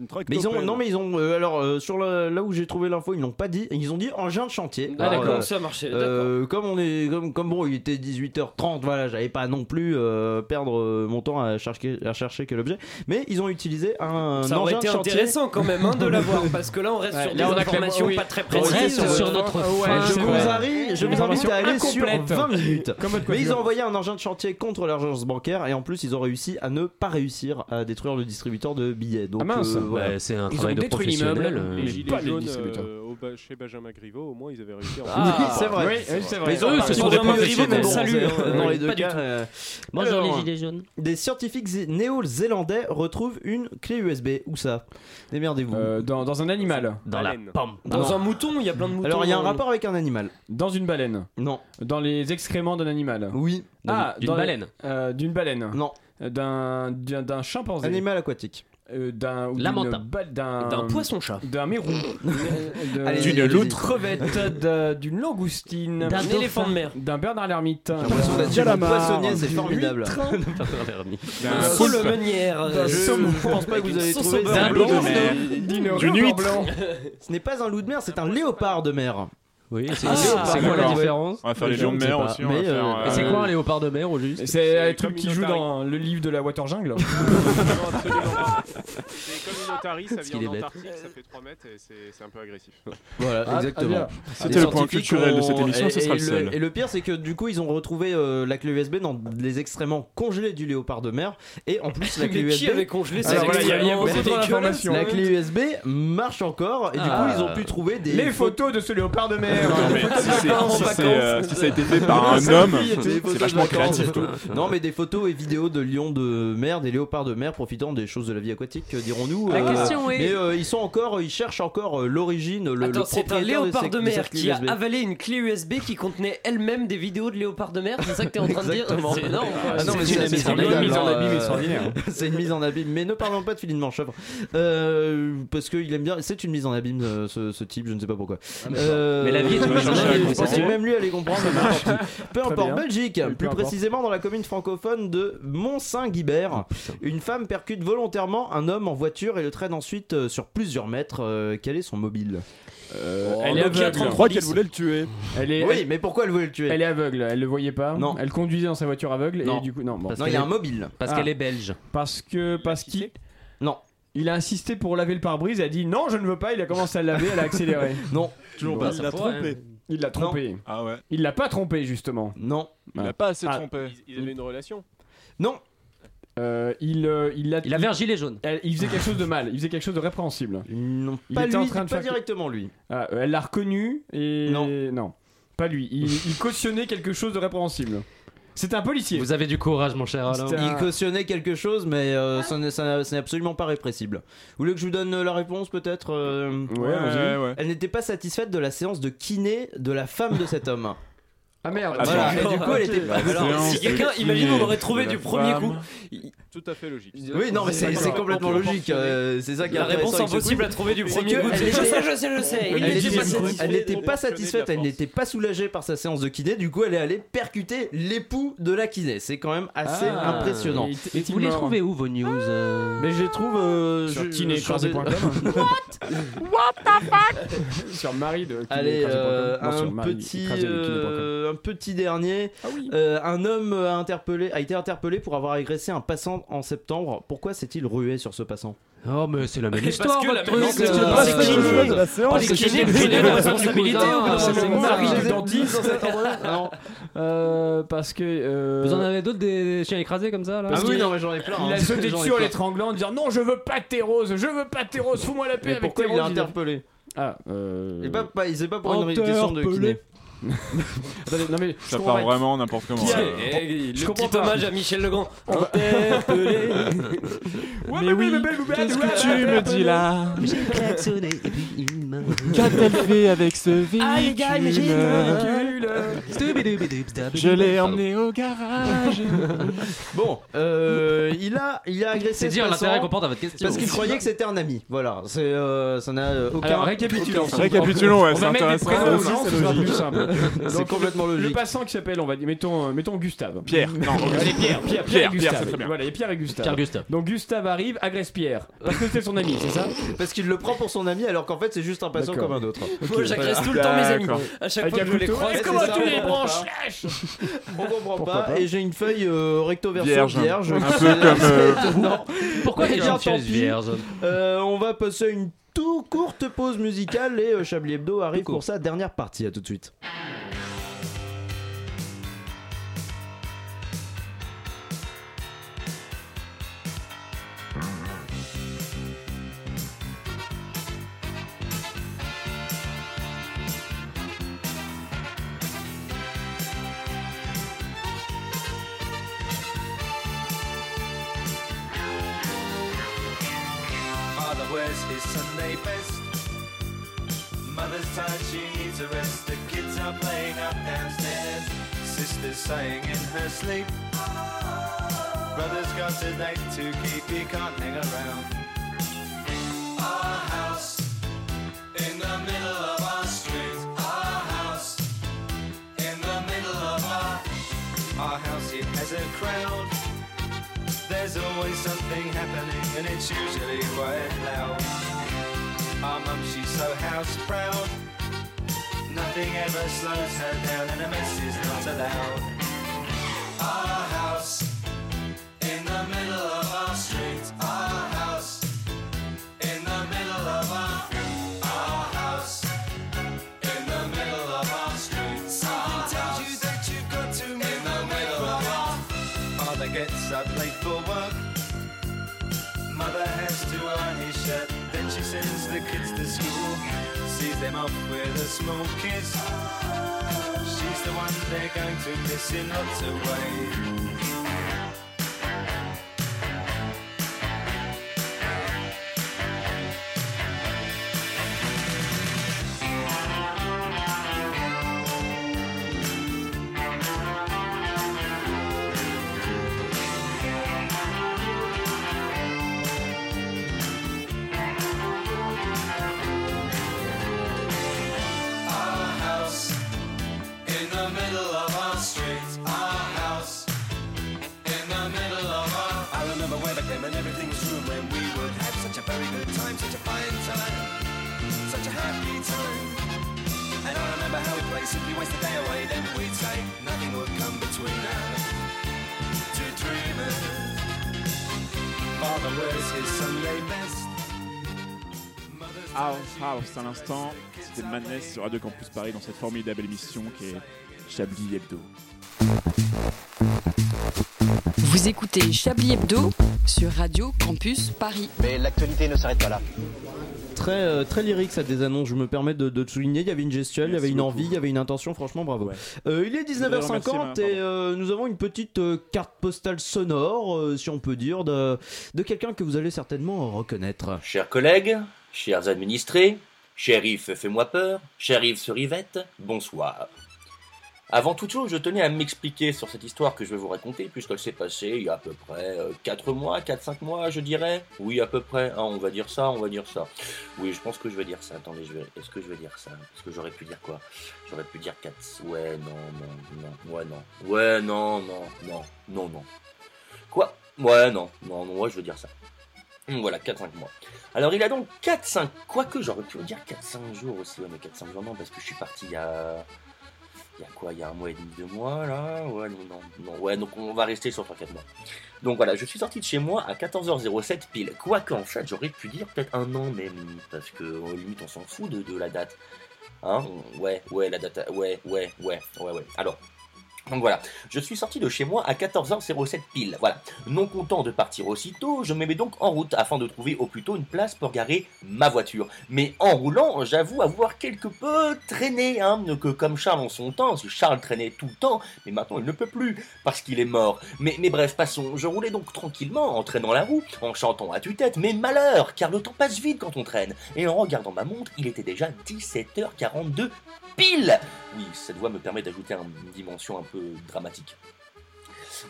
S4: Euh, Mais ils ont non mais ils ont euh, alors euh, sur la- là où j'ai trouvé l'info ils l'ont pas dit ils ont dit engin de chantier.
S1: Ah,
S4: Alors,
S1: d'accord,
S4: euh,
S1: ça marchait.
S4: euh, comme on est comme, comme bon il était 18h30 voilà j'avais pas non plus euh, perdre euh, mon temps à chercher à chercher quel objet mais ils ont utilisé un
S1: Ça aurait
S4: engin
S1: été
S4: de chantier.
S1: intéressant quand même hein, de l'avoir parce que là on reste
S4: Ouais,
S1: sur des
S4: là, on a
S1: informations
S4: clairement-
S1: pas
S4: oui.
S1: très
S4: On
S1: précises.
S4: reste sur
S1: Euh,
S4: notre
S1: ouais,
S4: fin.
S1: c'est
S4: Je
S1: vrai.
S4: vous arrive- je vous invite à aller sur
S1: Incomplète.
S4: 20 minutes.
S11: Comme votre
S4: Mais ils
S11: coiffure.
S4: ont envoyé un engin de chantier contre l'agence bancaire et en plus ils ont réussi à ne pas réussir à détruire le distributeur de billets. Donc
S11: Ah mince.
S4: euh, voilà.
S3: Bah, c'est un
S4: Ils ont
S3: travail de
S4: détruit
S3: professionnel.
S4: l'immeuble.
S3: euh,
S13: Les
S3: mais
S13: gilets
S3: pas les
S13: jaunes
S3: distributeurs.
S13: euh, au Ba- chez Benjamin Griveaux, au moins ils avaient réussi à en Ah,
S4: Ah,
S13: faire.
S4: c'est vrai. Ah, bah,
S11: Oui, oui, c'est vrai.
S4: Mais eux, ce sont des professionnels. Salut, euh, dans les deux cas, euh,
S3: Bonjour,
S4: alors,
S3: les gilets jaunes.
S4: Des scientifiques zé- néo-zélandais retrouvent une clé USB. Où ça Démerdez-vous.
S11: Euh, dans, dans un animal.
S3: Dans la pampe.
S1: Dans
S4: Non.
S1: un mouton, il y a plein de moutons.
S4: Alors il y a un
S1: dans-
S4: rapport avec un animal.
S11: Dans une baleine.
S4: Non.
S11: Dans les excréments d'un animal.
S4: Oui.
S11: Ah,
S3: D'une
S11: dans les-
S3: baleine.
S11: euh, d'une baleine. Euh,
S4: Non.
S11: D'un d'un d'un chimpanzé.
S4: Animal aquatique.
S11: Euh, d'un ou d'une
S3: Lamentin.
S11: ba- d'un
S1: D'un poisson-chat.
S11: D'un mérou. Euh, De-
S4: Allez,
S11: D'une
S4: allez, allez.
S11: loutre crevette. d'un- D'une langoustine.
S1: D'un éléphant de mer.
S11: D'un Bernard l'ermite.
S4: L'impression d'être chez le poissonnier, c'est
S11: D'une
S4: formidable.
S11: huître.
S3: Ben,
S1: D'un
S11: Euh,
S1: saule
S11: poulpe.
S1: meunière, euh,
S4: Je
S1: saumon.
S4: je pense pas que vous avez
S1: Sauce
S4: trouvé.
S1: au
S4: C'est un
S1: beurre
S4: loup
S1: blanc.
S4: de mer.
S11: D'une
S5: D'une
S11: huître.
S5: huître.
S11: blanc.
S4: Ce n'est pas un loup de mer, c'est un léopard de mer.
S3: Oui, c'est
S4: Ah,
S3: c'est- c'est quoi la
S4: d'accord.
S3: différence Bah,
S5: On va faire
S4: Je
S5: les lions
S4: ne
S5: de
S4: sais
S5: mer
S4: pas,
S5: aussi. on
S4: mais,
S5: va faire,
S4: euh,
S3: Et c'est quoi un léopard de mer au juste
S11: C'est le
S13: C'est
S11: truc
S13: comme
S11: qui
S13: une
S11: joue
S13: otarie.
S11: dans le livre de la Water Jungle.
S13: Non, absolument pas. C'est comme une otarie, ça
S3: qu'il
S13: vit
S3: est
S13: en
S3: bête.
S13: Antarctique, ça fait 3 mètres et c'est c'est un peu agressif.
S4: Voilà,
S11: Ah,
S4: exactement.
S11: ah, bien.
S5: C'était le point
S4: scientifiques
S5: culturel de cette
S4: ont-
S5: émission,
S4: et-
S5: ce sera
S4: et
S5: le seul.
S4: Et le pire, c'est que du coup, ils ont retrouvé euh, la clé USB dans les excréments congelés du léopard de mer. Et en plus, la
S1: Mais
S4: clé
S1: qui avait
S4: USB.
S1: congelé
S11: Alors
S1: ces
S11: voilà, il y a- il y a
S1: excréments
S11: beaucoup trop
S1: dégueulasses
S11: d'informations.
S4: La clé USB marche encore. Et du coup,
S3: Ah.
S4: ils ont pu trouver des.
S11: Les photos de ce léopard de mer.
S5: Non, mais si c'est-
S1: vacances,
S5: si
S1: vacances.
S5: c'est, euh, si ça a été fait par un homme,
S4: des
S5: c'est
S4: photos de
S5: vachement
S4: vacances et
S5: créatif. quoi.
S4: tout. Non, mais des photos et vidéos de lions de mer, des léopards de mer profitant des choses de la vie aquatique, euh, dirons-nous.
S9: La question est-
S4: Mais euh, ils sont encore, ils cherchent encore euh, l'origine, le, le
S1: Attends, c'est un
S4: propriétaire
S1: léopard
S4: ces-
S1: de
S4: cette
S1: mer
S4: clé
S1: qui a
S4: USB.
S1: avalé une clé USB qui contenait elle-même des vidéos de léopard de mer. C'est ça que t'es en train de dire
S4: Exactement.
S1: C'est énorme. quoi.
S4: Ah non, mais c'est
S11: C'est une
S4: c'est
S11: mise en
S4: formidable,
S11: abîme, mise en
S4: hein,
S11: abîme
S4: euh,
S11: extraordinaire.
S4: C'est une mise en abîme, mais ne parlons pas de Philippe Manchevre. Euh, parce qu'il aime bien. C'est une mise en abîme, euh, ce, ce type, je ne sais pas pourquoi. Euh,
S3: Mais la vie est une mise en abîme,
S4: Je pensais
S3: comprends.
S4: même lui aller comprendre. mais tant pis. Peu
S11: bien.
S4: importe, Belgique,
S11: peu
S4: plus
S11: importe.
S4: précisément dans la commune francophone de Mont-Saint-Guibert. Une femme percute volontairement un homme en voiture et le traîne ensuite euh, sur plusieurs mètres. Euh, quel est son mobile Euh,
S3: Oh,
S11: elle est
S1: Nokia
S11: aveugle.
S1: 30.
S5: Je crois qu'elle voulait le tuer.
S11: Elle est,
S4: Oui, mais pourquoi elle voulait le tuer
S11: elle, elle est aveugle. Elle le voyait pas.
S4: Non.
S11: Elle conduisait dans sa voiture aveugle et
S4: Non.
S11: du coup non. bon.
S4: Non, il y a un mobile.
S3: Parce
S11: Ah.
S3: qu'elle est belge.
S11: Parce que parce qu'il
S4: Non.
S11: il a insisté pour laver le pare-brise. Elle a dit non, je ne veux pas. Il a commencé à le laver. Elle a accéléré.
S4: Non, toujours pas.
S5: Il l'a
S3: pourrait,
S5: trompé.
S11: Il l'a trompé.
S5: Ah ouais.
S11: Il l'a pas trompé justement.
S4: Non,
S5: Il l'a pas assez
S11: Ah.
S5: trompé.
S13: Ils, ils avaient une relation.
S4: non,
S11: Euh, il euh, il l'a-
S3: Il avait un gilet jaune.
S11: elle- il faisait quelque chose de mal. Il faisait quelque chose de répréhensible.
S4: non.
S11: Il
S4: pas
S11: était
S4: lui,
S11: en train de
S4: pas
S11: faire-
S4: directement lui.
S11: Ah, euh, elle l'a reconnu et
S4: Non.
S11: non. Pas lui, il, il cautionnait quelque chose de répréhensible.
S16: C'est un policier.
S3: Vous avez du courage, mon
S11: Ah,
S3: cher Alain.
S4: Il cautionnait quelque chose, mais euh, ça n'est- ça ce n'est absolument pas répressible. Vous voulez que je vous donne euh, la réponse, peut-être euh,
S16: Ouais, allons-y. ouais, ouais.
S4: Elle n'était pas satisfaite de la séance de kiné de la femme de cet homme.
S11: Ah merde.
S4: Voilà,
S11: Attends.
S4: et du coup, elle était pas-
S11: Ah,
S4: Alors,
S11: séance
S4: si
S11: de
S4: quelqu'un-
S11: kiné
S4: imagine, on aurait trouvé
S11: de
S4: du
S11: la
S4: premier
S11: femme.
S4: coup.
S17: Tout à fait logique.
S4: Oui, non, mais c'est c'est complètement logique. euh, c'est ça qui est
S1: La réponse
S4: intéressant avec ce
S1: impossible
S4: quiz.
S1: à trouver du
S4: C'est
S1: premier
S4: que
S1: coup.
S4: elle
S1: Je
S4: n'était-
S1: sais, je sais, je sais.
S4: elle
S1: Il
S4: n'était
S1: n'était
S4: pas-
S1: pas satisfait
S4: Elle n'était pas
S1: des
S4: satisfaite, elle n'était pas soulagée par sa séance de kiné, du coup elle est allée percuter l'époux de la kiné. C'est quand même assez
S3: Ah,
S4: impressionnant.
S3: et- et vous les trouvez où vos news euh
S4: Mais je les trouve euh,
S3: Sur
S4: je-
S3: kinécrasé.com.
S11: What the fuck Sur Marie de
S4: Allez,
S11: kinécrasé.com.
S4: euh,
S11: Non, sur
S4: un,
S11: Marie,
S4: petit,
S11: écrasé de kiné.com.
S4: euh, un petit dernier.
S11: Ah
S4: Euh, un homme a, interpellé, a été interpellé pour avoir agressé un passant en septembre. Pourquoi s'est-il rué sur ce passant
S3: Oh, mais c'est la même
S4: Parce
S3: histoire.
S4: que la
S3: votre
S4: même
S3: truc,
S4: histoire,
S3: euh,
S4: parce
S3: c'est
S4: que-
S3: la même chose.
S4: la séance,
S3: Parce que
S4: Oh, c'est
S3: j'ai
S4: kiné,
S3: kiné,
S4: kiné,
S3: la responsabilité.
S4: kiné,
S3: ou
S4: c'est
S3: pas
S4: le mari du
S11: dentiste.
S4: Non.
S11: Euh, parce que. euh,
S3: Vous en avez d'autres des des chiens écrasés comme ça là
S4: Ah
S11: parce qu'il- Il
S4: hein.
S11: a sauté
S3: J'en ai
S11: dessus en
S3: plein.
S11: l'étranglant en disant Non, je veux pas tes roses, je veux pas tes roses, fous-moi la paix
S4: Mais
S11: avec
S4: pourquoi
S11: tes
S4: il l'a
S11: roses.
S4: interpellé
S11: Ah, euh.
S4: Et pas, pas, c'est pas pour une question de kiné.
S11: Attendez, non mais.
S5: Ça part vraiment n'importe comment.
S1: Tiens,
S5: euh.
S1: eh, eh,
S11: Je
S1: Le
S11: comprends
S1: petit
S11: pas.
S1: hommage à Michel Legrand.
S11: Interpellé.
S18: Mais oui, qu'est-ce que tu me dis là
S3: J'ai klaxonné et puis il m'a.
S18: Qu'a-t-elle fait avec ce
S3: Ah, les gars, imagine,
S1: Euh,
S18: véhicule Je l'ai emmené au garage.
S4: Bon, euh, il a, il a agressé.
S3: C'est
S4: ce
S3: dire
S4: passant
S3: l'intérêt qu'on porte à votre question.
S4: Parce qu'il croyait que c'était un ami. Voilà, c'est, euh, ça n'a euh, aucun.
S11: Alors, récapitulons.
S4: aucun-
S5: Récapitulons, ouais,
S11: On
S5: c'est
S11: va mettre des
S5: intéressant.
S11: prénoms,
S5: Aussi,
S11: non,
S5: c'est
S11: ce sera
S5: logique.
S11: plus simple.
S4: C'est
S11: Donc,
S4: complètement
S11: le-
S4: logique.
S11: Le passant qui s'appelle, on va dire, mettons, euh, mettons Gustave.
S5: Pierre, non,
S11: Allez, Pierre,
S5: Pierre,
S11: Pierre, Pierre,
S5: Pierre, c'est
S11: Gustave.
S5: très bien.
S11: Voilà, il y a Pierre et Gustave.
S3: Pierre Gustave.
S11: Donc Gustave arrive, agresse Pierre. Parce que c'est son ami, c'est ça
S4: Parce qu'il le prend pour son ami alors qu'en fait c'est juste un passant
S11: D'accord.
S4: comme un autre.
S1: Moi, j'agresse tout le temps mes amis. À chaque
S4: Avec
S1: fois
S4: un
S1: que je les
S4: couteau.
S1: croise,
S4: Et
S1: c'est
S4: comment
S1: ça,
S4: tu
S1: on
S4: les
S1: comprend
S4: branches,
S1: pas.
S4: On comprend
S1: Pourquoi
S4: pas,
S1: pas
S4: et j'ai une feuille euh, recto verso
S5: Vierge.
S4: vierge.
S5: Un
S4: qui
S5: peu
S4: est
S5: comme,
S4: assez
S5: euh,
S4: étonnant.
S3: Pourquoi
S4: Eh
S3: les
S4: bien,
S3: gens
S4: tant
S3: utilisent
S4: pis.
S3: vierge
S4: Euh, On va passer une tout courte pause musicale et euh, Chablis Hebdo arrive pour sa dernière partie. À tout de suite.
S18: Father, where's his Sunday best? Mother's tired, she needs a rest. The kids are playing up downstairs. Sister's sighing in her sleep. Brother's got a date to keep, he can't hang around. Our house in the middle of our street. Our house in the middle of our. Our house, it has a crowd. There's always something happening, and it's usually quite loud. Our mum, she's so house proud. Nothing ever slows her down, and a mess is not allowed. Our house in the middle of our street. Our house in the middle of our. Our house in the middle of our street. Something tells you that you've got to move in the middle of our. Father gets up late for work. Mother has to iron his shirt. Then she sends the kids to school. Sees them off with a small kiss. She's the one they're going to miss in lots of ways. Our house in the middle of our street. Our house in the middle of our. I remember when I came and everything was room when we would have such a very good time, such a fine time, such a happy time. And I remember how we played simply waste the day away. Then we'd say nothing would come between us. Two dreamers. Father wears his Sunday best.
S5: House House à l'instant, c'était Madness sur Radio Campus Paris dans cette formidable émission qui est Chablis Hebdo.
S13: Vous écoutez Chablis Hebdo sur Radio Campus Paris.
S9: Mais l'actualité ne s'arrête pas là.
S4: très, euh, très lyrique cette des annonces, je me permets de, de te souligner. Il y avait une gestuelle, il y avait une envie, il y avait une intention, franchement bravo. Euh, il est
S14: Je voudrais remercier Marin,
S4: 19h50 et euh, nous avons une petite euh, carte postale sonore, euh, si on peut dire, de, de quelqu'un que vous allez certainement reconnaître.
S19: Chers collègues, chers administrés, shérif fais-moi peur, shérif se rivette, bonsoir. Avant toute chose, je tenais à m'expliquer sur cette histoire que je vais vous raconter, puisqu'elle s'est passée il y a à peu près 4 mois, 4-5 mois, je dirais. Oui, à peu près, hein, on va dire ça, on va dire ça. Oui, je pense que je vais dire ça. Attendez, je vais... est-ce que je vais dire ça Est-ce que j'aurais pu dire quoi J'aurais pu dire 4... Ouais, non, non, non, ouais, non. Ouais, non, non, non, non, non. Quoi Ouais, non, non, non, ouais, je veux dire ça. Hum, Voilà, 4-5 mois. Alors, il a donc 4-5, quoique j'aurais pu dire 4-5 jours aussi, ouais, mais 4-5 jours, non, parce que je suis parti il y a. Il y a quoi Il y a un mois et demi, deux mois, là Ouais, non, non, non. Ouais, donc on va rester sur 3-4 mois. Donc voilà, je suis sorti de chez moi à 14h07 pile. Quoique, en fait, j'aurais pu dire peut-être un an même, parce que, euh, limite, on s'en fout de, de la date. Hein On- Ouais, ouais, la date. Ouais, ouais, ouais, ouais, ouais. Alors, donc voilà, je suis sorti de chez moi à 14h07 pile. Voilà. Non content de partir aussitôt, je me mets donc en route afin de trouver au plus tôt une place pour garer ma voiture. Mais en roulant, j'avoue avoir quelque peu traîné, hein, que comme Charles en son temps, si Charles traînait tout le temps, mais maintenant il ne peut plus, parce qu'il est mort. Mais, mais bref, passons, je roulais donc tranquillement, en traînant la roue, en chantant à tue-tête, mais malheur, car le temps passe vite quand on traîne. Et en regardant ma montre, il était déjà 17h42 pile Oui, cette voix me permet d'ajouter un- une dimension un peu dramatique.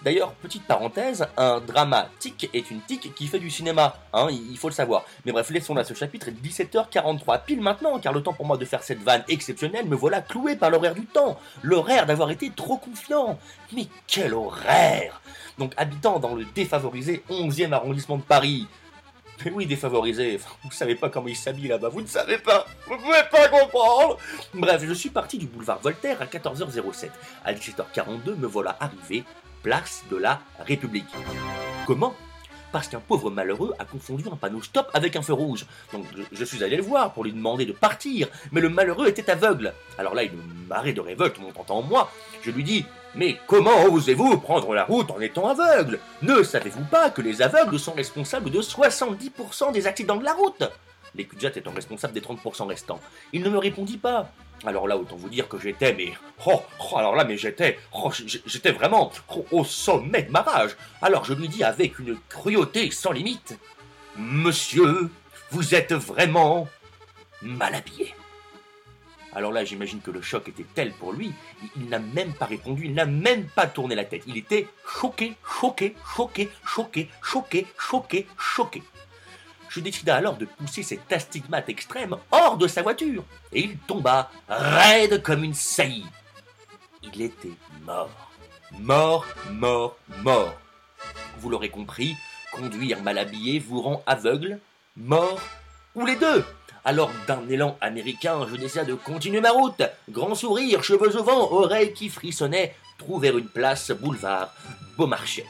S19: D'ailleurs, petite parenthèse, un dramatique est une tique qui fait du cinéma, hein, il il faut le savoir. Mais bref, laissons là ce chapitre, 17h43, pile maintenant, car le temps pour moi de faire cette vanne exceptionnelle me voilà cloué par l'horaire du temps, l'horaire d'avoir été trop confiant. Mais quel horaire Donc habitant dans le défavorisé 11e arrondissement de Paris, mais oui, défavorisé. Enfin, Vous savez pas comment il s'habille là-bas, vous ne savez pas. Vous pouvez pas comprendre. Bref, je suis parti du boulevard Voltaire à 14h07. À 17h42, me voilà arrivé, place de la République. Comment parce qu'un pauvre malheureux a confondu un panneau stop avec un feu rouge. Donc je, je suis allé le voir pour lui demander de partir, mais le malheureux était aveugle. Alors là, une marée de révolte montant en moi. Je lui dis Mais comment osez-vous prendre la route en étant aveugle Ne savez-vous pas que les aveugles sont responsables de 70% des accidents de la route les Kudjat étant responsables des 30% restants. Il ne me répondit pas. Alors là, autant vous dire que j'étais, mais... Oh, oh, alors là, mais j'étais... oh, j- j'étais vraiment oh, au sommet de ma rage. Alors je lui dis avec une cruauté sans limite... Monsieur, vous êtes vraiment mal habillé. Alors là, j'imagine que le choc était tel pour lui, il, il n'a même pas répondu, il n'a même pas tourné la tête. Il était choqué, choqué, choqué, choqué, choqué, choqué, choqué. Je décida alors de pousser cet astigmate extrême hors de sa voiture, et il tomba raide comme une saillie. Il était mort. Mort, mort, mort. Vous l'aurez compris, conduire mal habillé vous rend aveugle, mort ou les deux. Alors d'un élan américain, je décida de continuer ma route. Grand sourire, cheveux au vent, oreilles qui frissonnaient, trouver une place boulevard Beaumarchais.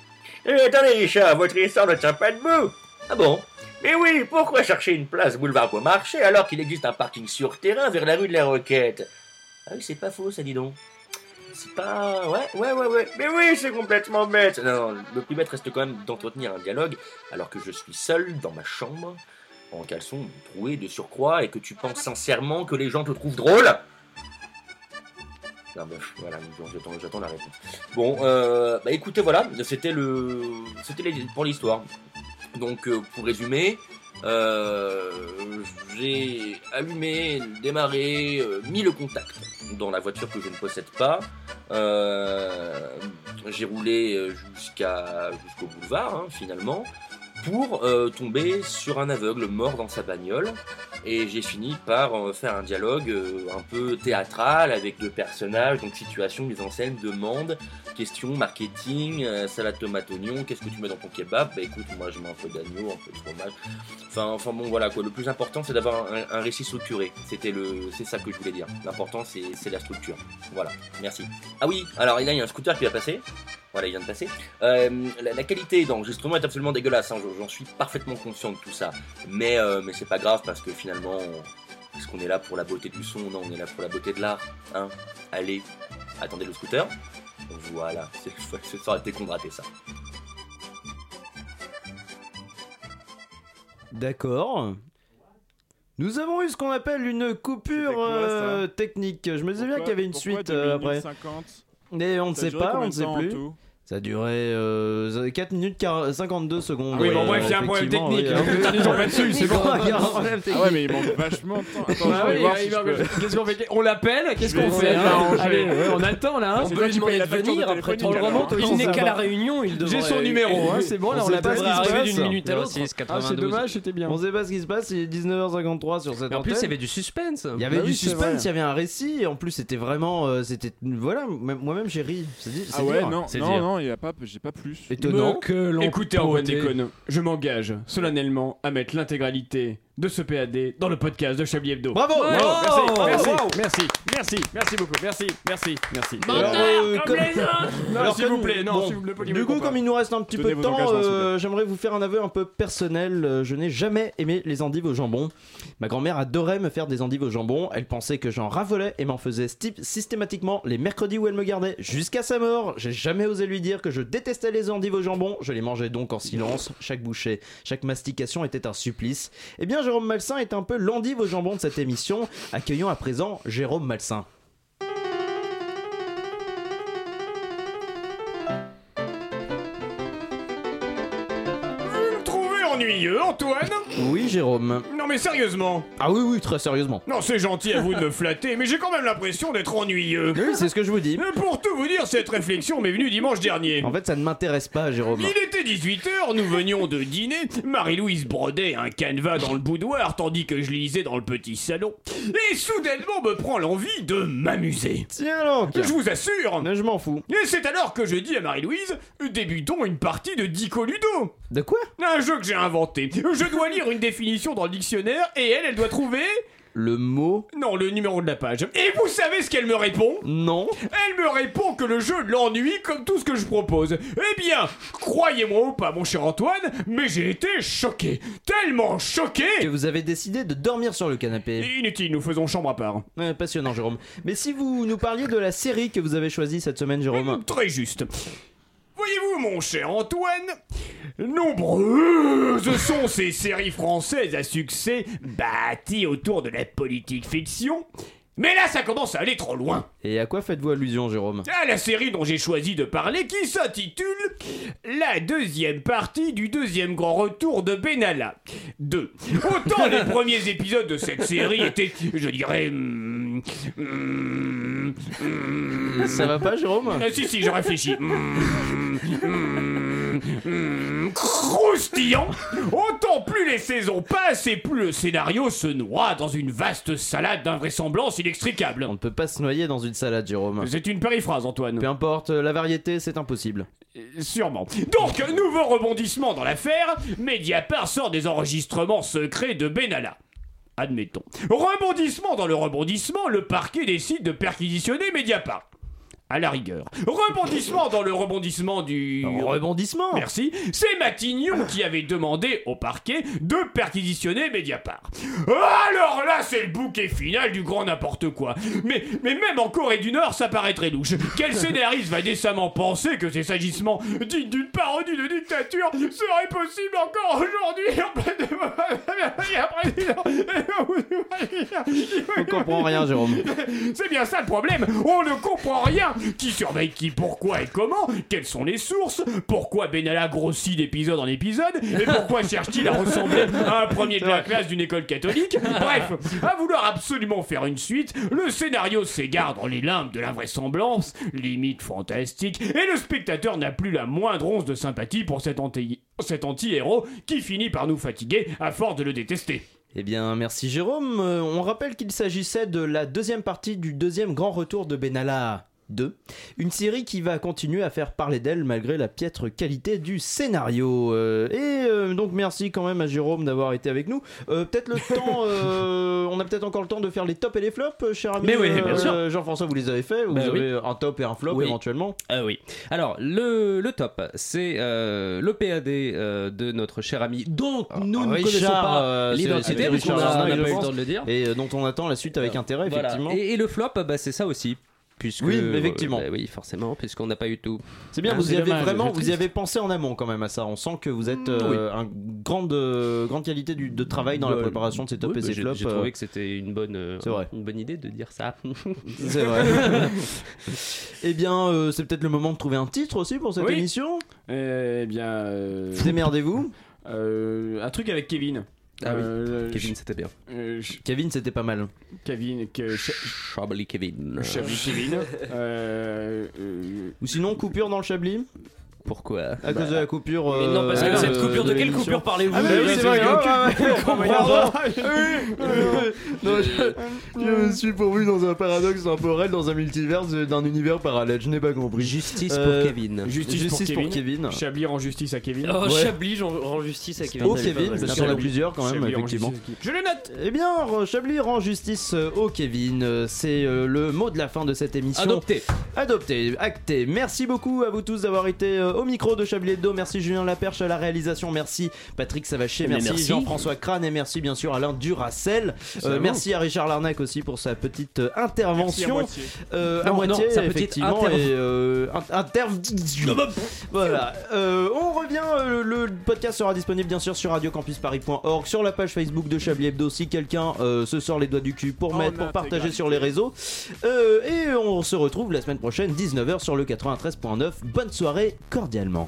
S19: Eh, attendez, Richard, votre histoire ne tient pas debout. Ah bon Mais oui, pourquoi chercher une place boulevard Beaumarchais alors qu'il existe un parking sur terrain vers la rue de la Roquette Ah oui, c'est pas faux, ça dis donc. C'est pas. Ouais, ouais, ouais, ouais. Mais oui, c'est complètement bête. Non, le plus bête reste quand même d'entretenir un dialogue alors que je suis seul dans ma chambre, en caleçon troué de surcroît, et que tu penses sincèrement que les gens te trouvent drôle non, mais voilà, bon, j'attends, j'attends la réponse. Bon, euh, bah écoutez, voilà, c'était le, c'était les- pour l'histoire. Donc, euh, pour résumer, euh, j'ai allumé, démarré, euh, mis le contact dans la voiture que je ne possède pas. Euh, j'ai roulé euh, jusqu'à, jusqu'au boulevard, hein, finalement, pour euh, tomber sur un aveugle mort dans sa bagnole. Et j'ai fini par euh, faire un dialogue euh, un peu théâtral avec deux personnages, donc situation, mise en scène, demande, question, marketing, euh, salade tomate oignon, qu'est-ce que tu mets dans ton kebab Bah écoute, moi je mets un peu d'agneau, un peu de fromage. Enfin, enfin bon voilà quoi, le plus important c'est d'avoir un, un récit structuré. C'était le, c'est ça que je voulais dire. L'important c'est, c'est la structure. Voilà, merci. Ah oui, alors là il y a un scooter qui va passer. Voilà, il vient de passer. Euh, la, la qualité d'enregistrement est absolument dégueulasse, hein, j'en- j'en suis parfaitement conscient de tout ça. Mais, euh, mais c'est pas grave parce que finalement, on- est-ce qu'on est là pour la beauté du son Non, on est là pour la beauté de l'art. Hein Allez, attendez le scooter. Voilà, c'est- ça aurait été con de rater ça.
S4: D'accord. Nous avons eu ce qu'on appelle une coupure euh, technique. Je me disais bien qu'il y avait une suite euh, après. Mais on ne
S5: Ça
S4: sait
S5: durait
S4: pas, on
S5: combien
S4: ne
S5: de
S4: sait
S5: temps en
S4: plus.
S5: tout
S4: Ça durait 4 minutes 40 52
S11: Ah
S4: secondes.
S5: Ah oui, bon, bref,
S4: euh,
S5: il y a un problème
S4: effectivement,
S5: technique.
S4: oui, hein.
S5: Putain, ils ont pas dessus, c'est bon.
S4: Il y a un problème Bah
S5: Ah ouais, mais il manque vachement de temps. Attends, je vais voir si je peux.
S11: Qu'est-ce qu'on fait On l'appelle Qu'est-ce
S5: Je vais
S11: qu'on fait
S5: essayer de
S11: hein
S5: l'arranger.
S11: Allez, ouais, on attend là. hein.
S1: On
S11: C'est
S1: peut
S11: toi
S1: lui
S11: qui
S1: demander
S11: payes la
S1: de
S11: facture
S1: venir
S11: de téléphone,
S1: après tout
S11: on le
S1: à l'heure.
S11: remonte au
S1: Il
S11: lycée.
S1: n'est qu'à la
S11: Bah.
S1: réunion, il devrait-
S11: J'ai son numéro, hein, c'est bon,
S1: On
S11: là on
S1: sait
S11: l'a
S1: pas ce qui se passe.
S11: d'une minute à l'autre.
S3: 06,
S11: Ah, c'est
S3: 92.
S11: dommage, c'était bien.
S4: On sait pas ce qui se passe, il est 19h53 sur cette
S3: Mais en plus,
S4: antenne.
S3: il y avait du suspense.
S4: Il y avait
S3: Bah
S4: du
S3: oui, c'est vrai.
S4: suspense, il y avait un récit, et en plus c'était vraiment. euh, c'était Voilà, même- moi-même j'ai ri. C'est dit- c'est
S5: Ah ouais,
S4: dur.
S5: non,
S4: C'est
S5: non,
S4: dur.
S5: non, il y a pas, j'ai pas plus.
S4: Étonnant.
S11: Me que l'on Écoutez, en
S5: prenait.
S11: déconne, je m'engage solennellement à mettre l'intégralité de ce PAD dans le podcast de Chablis Hebdo.
S4: Bravo
S11: Merci,
S4: Bravo
S11: merci,
S4: Bravo
S11: merci, merci, merci beaucoup, merci, merci, merci.
S4: Menteur
S11: euh,
S4: comme les
S11: Non,
S4: Alors,
S11: s'il
S4: comme-
S11: vous plaît, non,
S4: bon,
S11: s'il vous plaît, poliment,
S4: Du coup,
S11: compas.
S4: comme il nous reste un petit peu
S11: Tenez
S4: de
S11: vos
S4: temps,
S11: engagements, s'il vous
S4: euh, j'aimerais vous faire un aveu un peu personnel. Euh, Je n'ai jamais aimé les endives au jambon. Ma grand-mère adorait me faire des endives au jambon. Elle pensait que j'en ravolais et m'en faisait sti- systématiquement les mercredis où elle me gardait jusqu'à sa mort. J'ai jamais osé lui dire que je détestais les endives au jambon. Je les mangeais donc en silence. Chaque bouchée, chaque mastication était un supplice. Eh bien, Jérôme Malsain est un peu l'endive au jambon de cette émission. Accueillons à présent Jérôme Malsain.
S14: Vous me trouvez ennuyeux, Antoine
S4: Oui, Jérôme.
S14: Non mais sérieusement
S4: Ah oui, oui, très sérieusement.
S14: Non, c'est gentil à vous de me flatter, mais j'ai quand même l'impression d'être ennuyeux.
S4: Oui, c'est ce que je vous dis.
S14: Mais pour tout vous dire, cette réflexion m'est venue dimanche dernier.
S4: En fait, ça ne m'intéresse pas, Jérôme.
S14: Il était 18h, nous venions de dîner. Marie-Louise brodait un canevas dans le boudoir tandis que je lisais dans le petit salon. Et soudainement me prend l'envie de m'amuser.
S4: Tiens donc
S14: Je vous assure
S4: Mais je m'en fous.
S14: Et c'est alors que je dis à Marie-Louise débutons une partie de Dico Ludo.
S4: De quoi
S14: Un jeu que j'ai inventé. Je dois lire une définition dans le dictionnaire et elle, elle doit trouver.
S4: Le mot
S14: Non, le numéro de la page. Et vous savez ce qu'elle me répond
S4: Non.
S14: Elle me répond que le jeu l'ennuie comme tout ce que je propose. Eh bien, croyez-moi ou pas, mon cher Antoine, mais j'ai été choqué. Tellement choqué
S4: Que vous avez décidé de dormir sur le canapé.
S14: Inutile, nous faisons chambre à part.
S4: Ouais, passionnant, Jérôme. Mais si vous nous parliez de la série que vous avez choisie cette semaine, Jérôme.
S14: Mmh, Très juste. Voyez-vous, mon cher Antoine, nombreuses sont ces séries françaises à succès bâties autour de la politique fiction. Mais là, ça commence à aller trop loin.
S4: Et à quoi faites-vous allusion, Jérôme
S14: à la série dont j'ai choisi de parler qui s'intitule La deuxième partie du deuxième grand retour de Benalla 2. Autant les premiers épisodes de cette série étaient, je dirais...
S11: hmm,
S14: hum, hum, hum.
S4: Ça va pas, Jérôme
S14: Ah, Si, si, je réfléchis. Hum, hum, hum, Croustillant Autant plus les saisons passent et plus le scénario se noie dans une vaste salade d'invraisemblance inextricable.
S4: On ne peut pas se noyer dans une salade, Jérôme.
S14: C'est une périphrase, Antoine. Euh,
S4: Peu importe, euh, la variété, c'est impossible.
S14: Sûrement. Donc, nouveau rebondissement dans l'affaire, Mediapart sort des enregistrements secrets de Benalla. Admettons. Rebondissement dans le rebondissement, le parquet décide de perquisitionner Mediapart. À la rigueur. Rebondissement dans le rebondissement du...
S4: Rebondissement
S14: Merci. C'est Matignon qui avait demandé au parquet de perquisitionner Mediapart. Alors là, c'est le bouquet final du grand n'importe quoi. Mais, mais même en Corée du Nord, ça paraît très louche. Quel scénariste va décemment penser que ces agissements dignes d'une parodie de dictature seraient possibles encore aujourd'hui en pleine démocratie après dix ans
S4: On comprend rien, Jérôme.
S14: c'est bien ça le problème, on ne comprend rien. Qui surveille qui, pourquoi et comment Quelles sont les sources Pourquoi Benalla grossit d'épisode en épisode Et pourquoi cherche-t-il à ressembler à un premier de la classe d'une école catholique Bref, à vouloir absolument faire une suite, le scénario s'égare dans les limbes de l'invraisemblance, limite fantastique, et le spectateur n'a plus la moindre once de sympathie pour cet anti- cet anti-héros qui finit par nous fatiguer à force de le détester.
S4: Eh bien, merci, Jérôme. Euh, on rappelle qu'il s'agissait de la deuxième partie du deuxième grand retour de Benalla. 2. Une série qui va continuer à faire parler d'elle malgré la piètre qualité du scénario. Euh, et euh, donc merci quand même à Jérôme d'avoir été avec nous. Euh, peut-être le temps, euh, on a peut-être encore le temps de faire les tops et les flops, euh, cher ami.
S3: Mais oui, bien
S4: euh,
S3: sûr.
S4: Jean-François, vous les avez fait, vous
S3: Bah oui.
S4: avez un top et un flop
S3: Oui.
S4: éventuellement.
S3: Ah oui. Alors, le, le top, c'est euh, le PAD euh, de notre cher ami, dont nous ne connaissons
S4: Ah, Richard,
S3: pas
S4: euh, c'est-
S3: l'identité,
S4: c'est
S3: puisqu'on
S4: Richard
S3: a- on n'a
S4: Larnac,
S3: pas eu
S4: je
S3: le
S4: pense.
S3: temps de le dire.
S4: Et euh, dont on attend la suite avec intérêt,
S3: Voilà.
S4: effectivement.
S3: Et, et le flop, bah, c'est ça aussi. puisque
S4: Oui, effectivement.
S3: Euh, bah oui, forcément, puisqu'on n'a pas eu tout.
S4: C'est bien,
S3: Ah,
S4: vous y avez
S3: dommage,
S4: vraiment,
S3: je
S4: vous y
S3: triste.
S4: avez pensé en amont quand même à ça. On sent que vous
S3: Mm,
S4: êtes euh, un grande euh, grande qualité du- de travail dans la
S3: Bah,
S4: préparation de ces tops
S3: oui,
S4: et
S3: bah,
S4: ces
S3: j'ai-
S4: flops.
S3: J'ai
S4: euh,
S3: trouvé que c'était une bonne, euh,
S4: c'est vrai.
S3: une bonne idée de dire ça.
S4: C'est vrai. eh bien, euh, c'est peut-être le moment de trouver un titre aussi pour cette
S11: Oui.
S4: émission.
S11: Eh bien. euh,
S4: Démerdez-vous.
S11: euh, un truc avec Kevin.
S3: Ah oui.
S11: Euh,
S3: Kevin,
S11: je-
S3: c'était bien.
S11: euh, je-
S4: Kevin, c'était pas mal.
S11: Kevin. que-
S3: Chablis Kevin.
S11: Chablis Kevin. Euh, euh,
S4: Ou sinon, coupure dans le Chablis.
S3: Pourquoi
S4: À cause de la coupure.
S1: Mais non, parce que
S4: euh,
S1: cette coupure, de quelle
S4: l'émission.
S1: coupure parlez-vous
S4: Ah, mais oui,
S1: Oui,
S4: c'est
S1: c'est
S4: vrai, Ah,
S1: bien.
S4: ouais, ouais, ouais,
S1: Comprends.
S4: pardon.
S1: Ah, hein.
S4: Non, je, je me suis pourvu dans un paradoxe temporel, dans un multiverse, euh, d'un univers parallèle. Je n'ai pas compris.
S3: Justice
S4: Euh,
S3: pour Kevin.
S11: Justice,
S4: Justice
S11: pour,
S4: pour
S11: Kevin.
S4: Kevin.
S11: Chablis rend justice à Kevin.
S1: Oh,
S4: Ouais.
S1: Chablis, j'en rends justice à Kevin.
S4: Au
S1: c'est pas
S4: Kevin,
S1: mal.
S4: Oh, parce qu'il y en a plusieurs quand même,
S11: Chablis rend
S4: effectivement.
S11: justice à Kevin. Je le note
S4: Eh bien, euh, Chablis rend justice euh, au Kevin. Euh, C'est euh, le mot de la fin de cette émission.
S1: Adopté.
S4: Adopté, acté. Merci beaucoup à vous tous d'avoir été euh, au micro de Chablis Hebdo. Merci Julien Laperche à la réalisation. Merci Patrick Savaché.
S1: Mais
S4: Merci,
S1: Eh merci.
S4: Jean-François Crane. Et merci bien sûr Alain Duracel. Euh,
S1: à vous.
S4: merci à Richard Larnac aussi pour sa petite euh, intervention.
S1: Merci à moitié.
S4: Euh, à
S1: Non,
S4: moitié,
S1: non, sa petite
S4: effectivement.
S1: interv-
S4: et, euh, in- interv- voilà. Euh, on revient. euh, le podcast sera disponible bien sûr sur radiocampusparis.org, sur la page Facebook de Chablis Hebdo si quelqu'un euh, se sort les doigts du cul pour
S2: En
S4: mettre, pour partager
S2: intégralité.
S4: sur les réseaux. Euh, et on se retrouve la semaine prochaine, 19h sur le 93.9. Bonne soirée, cordialement.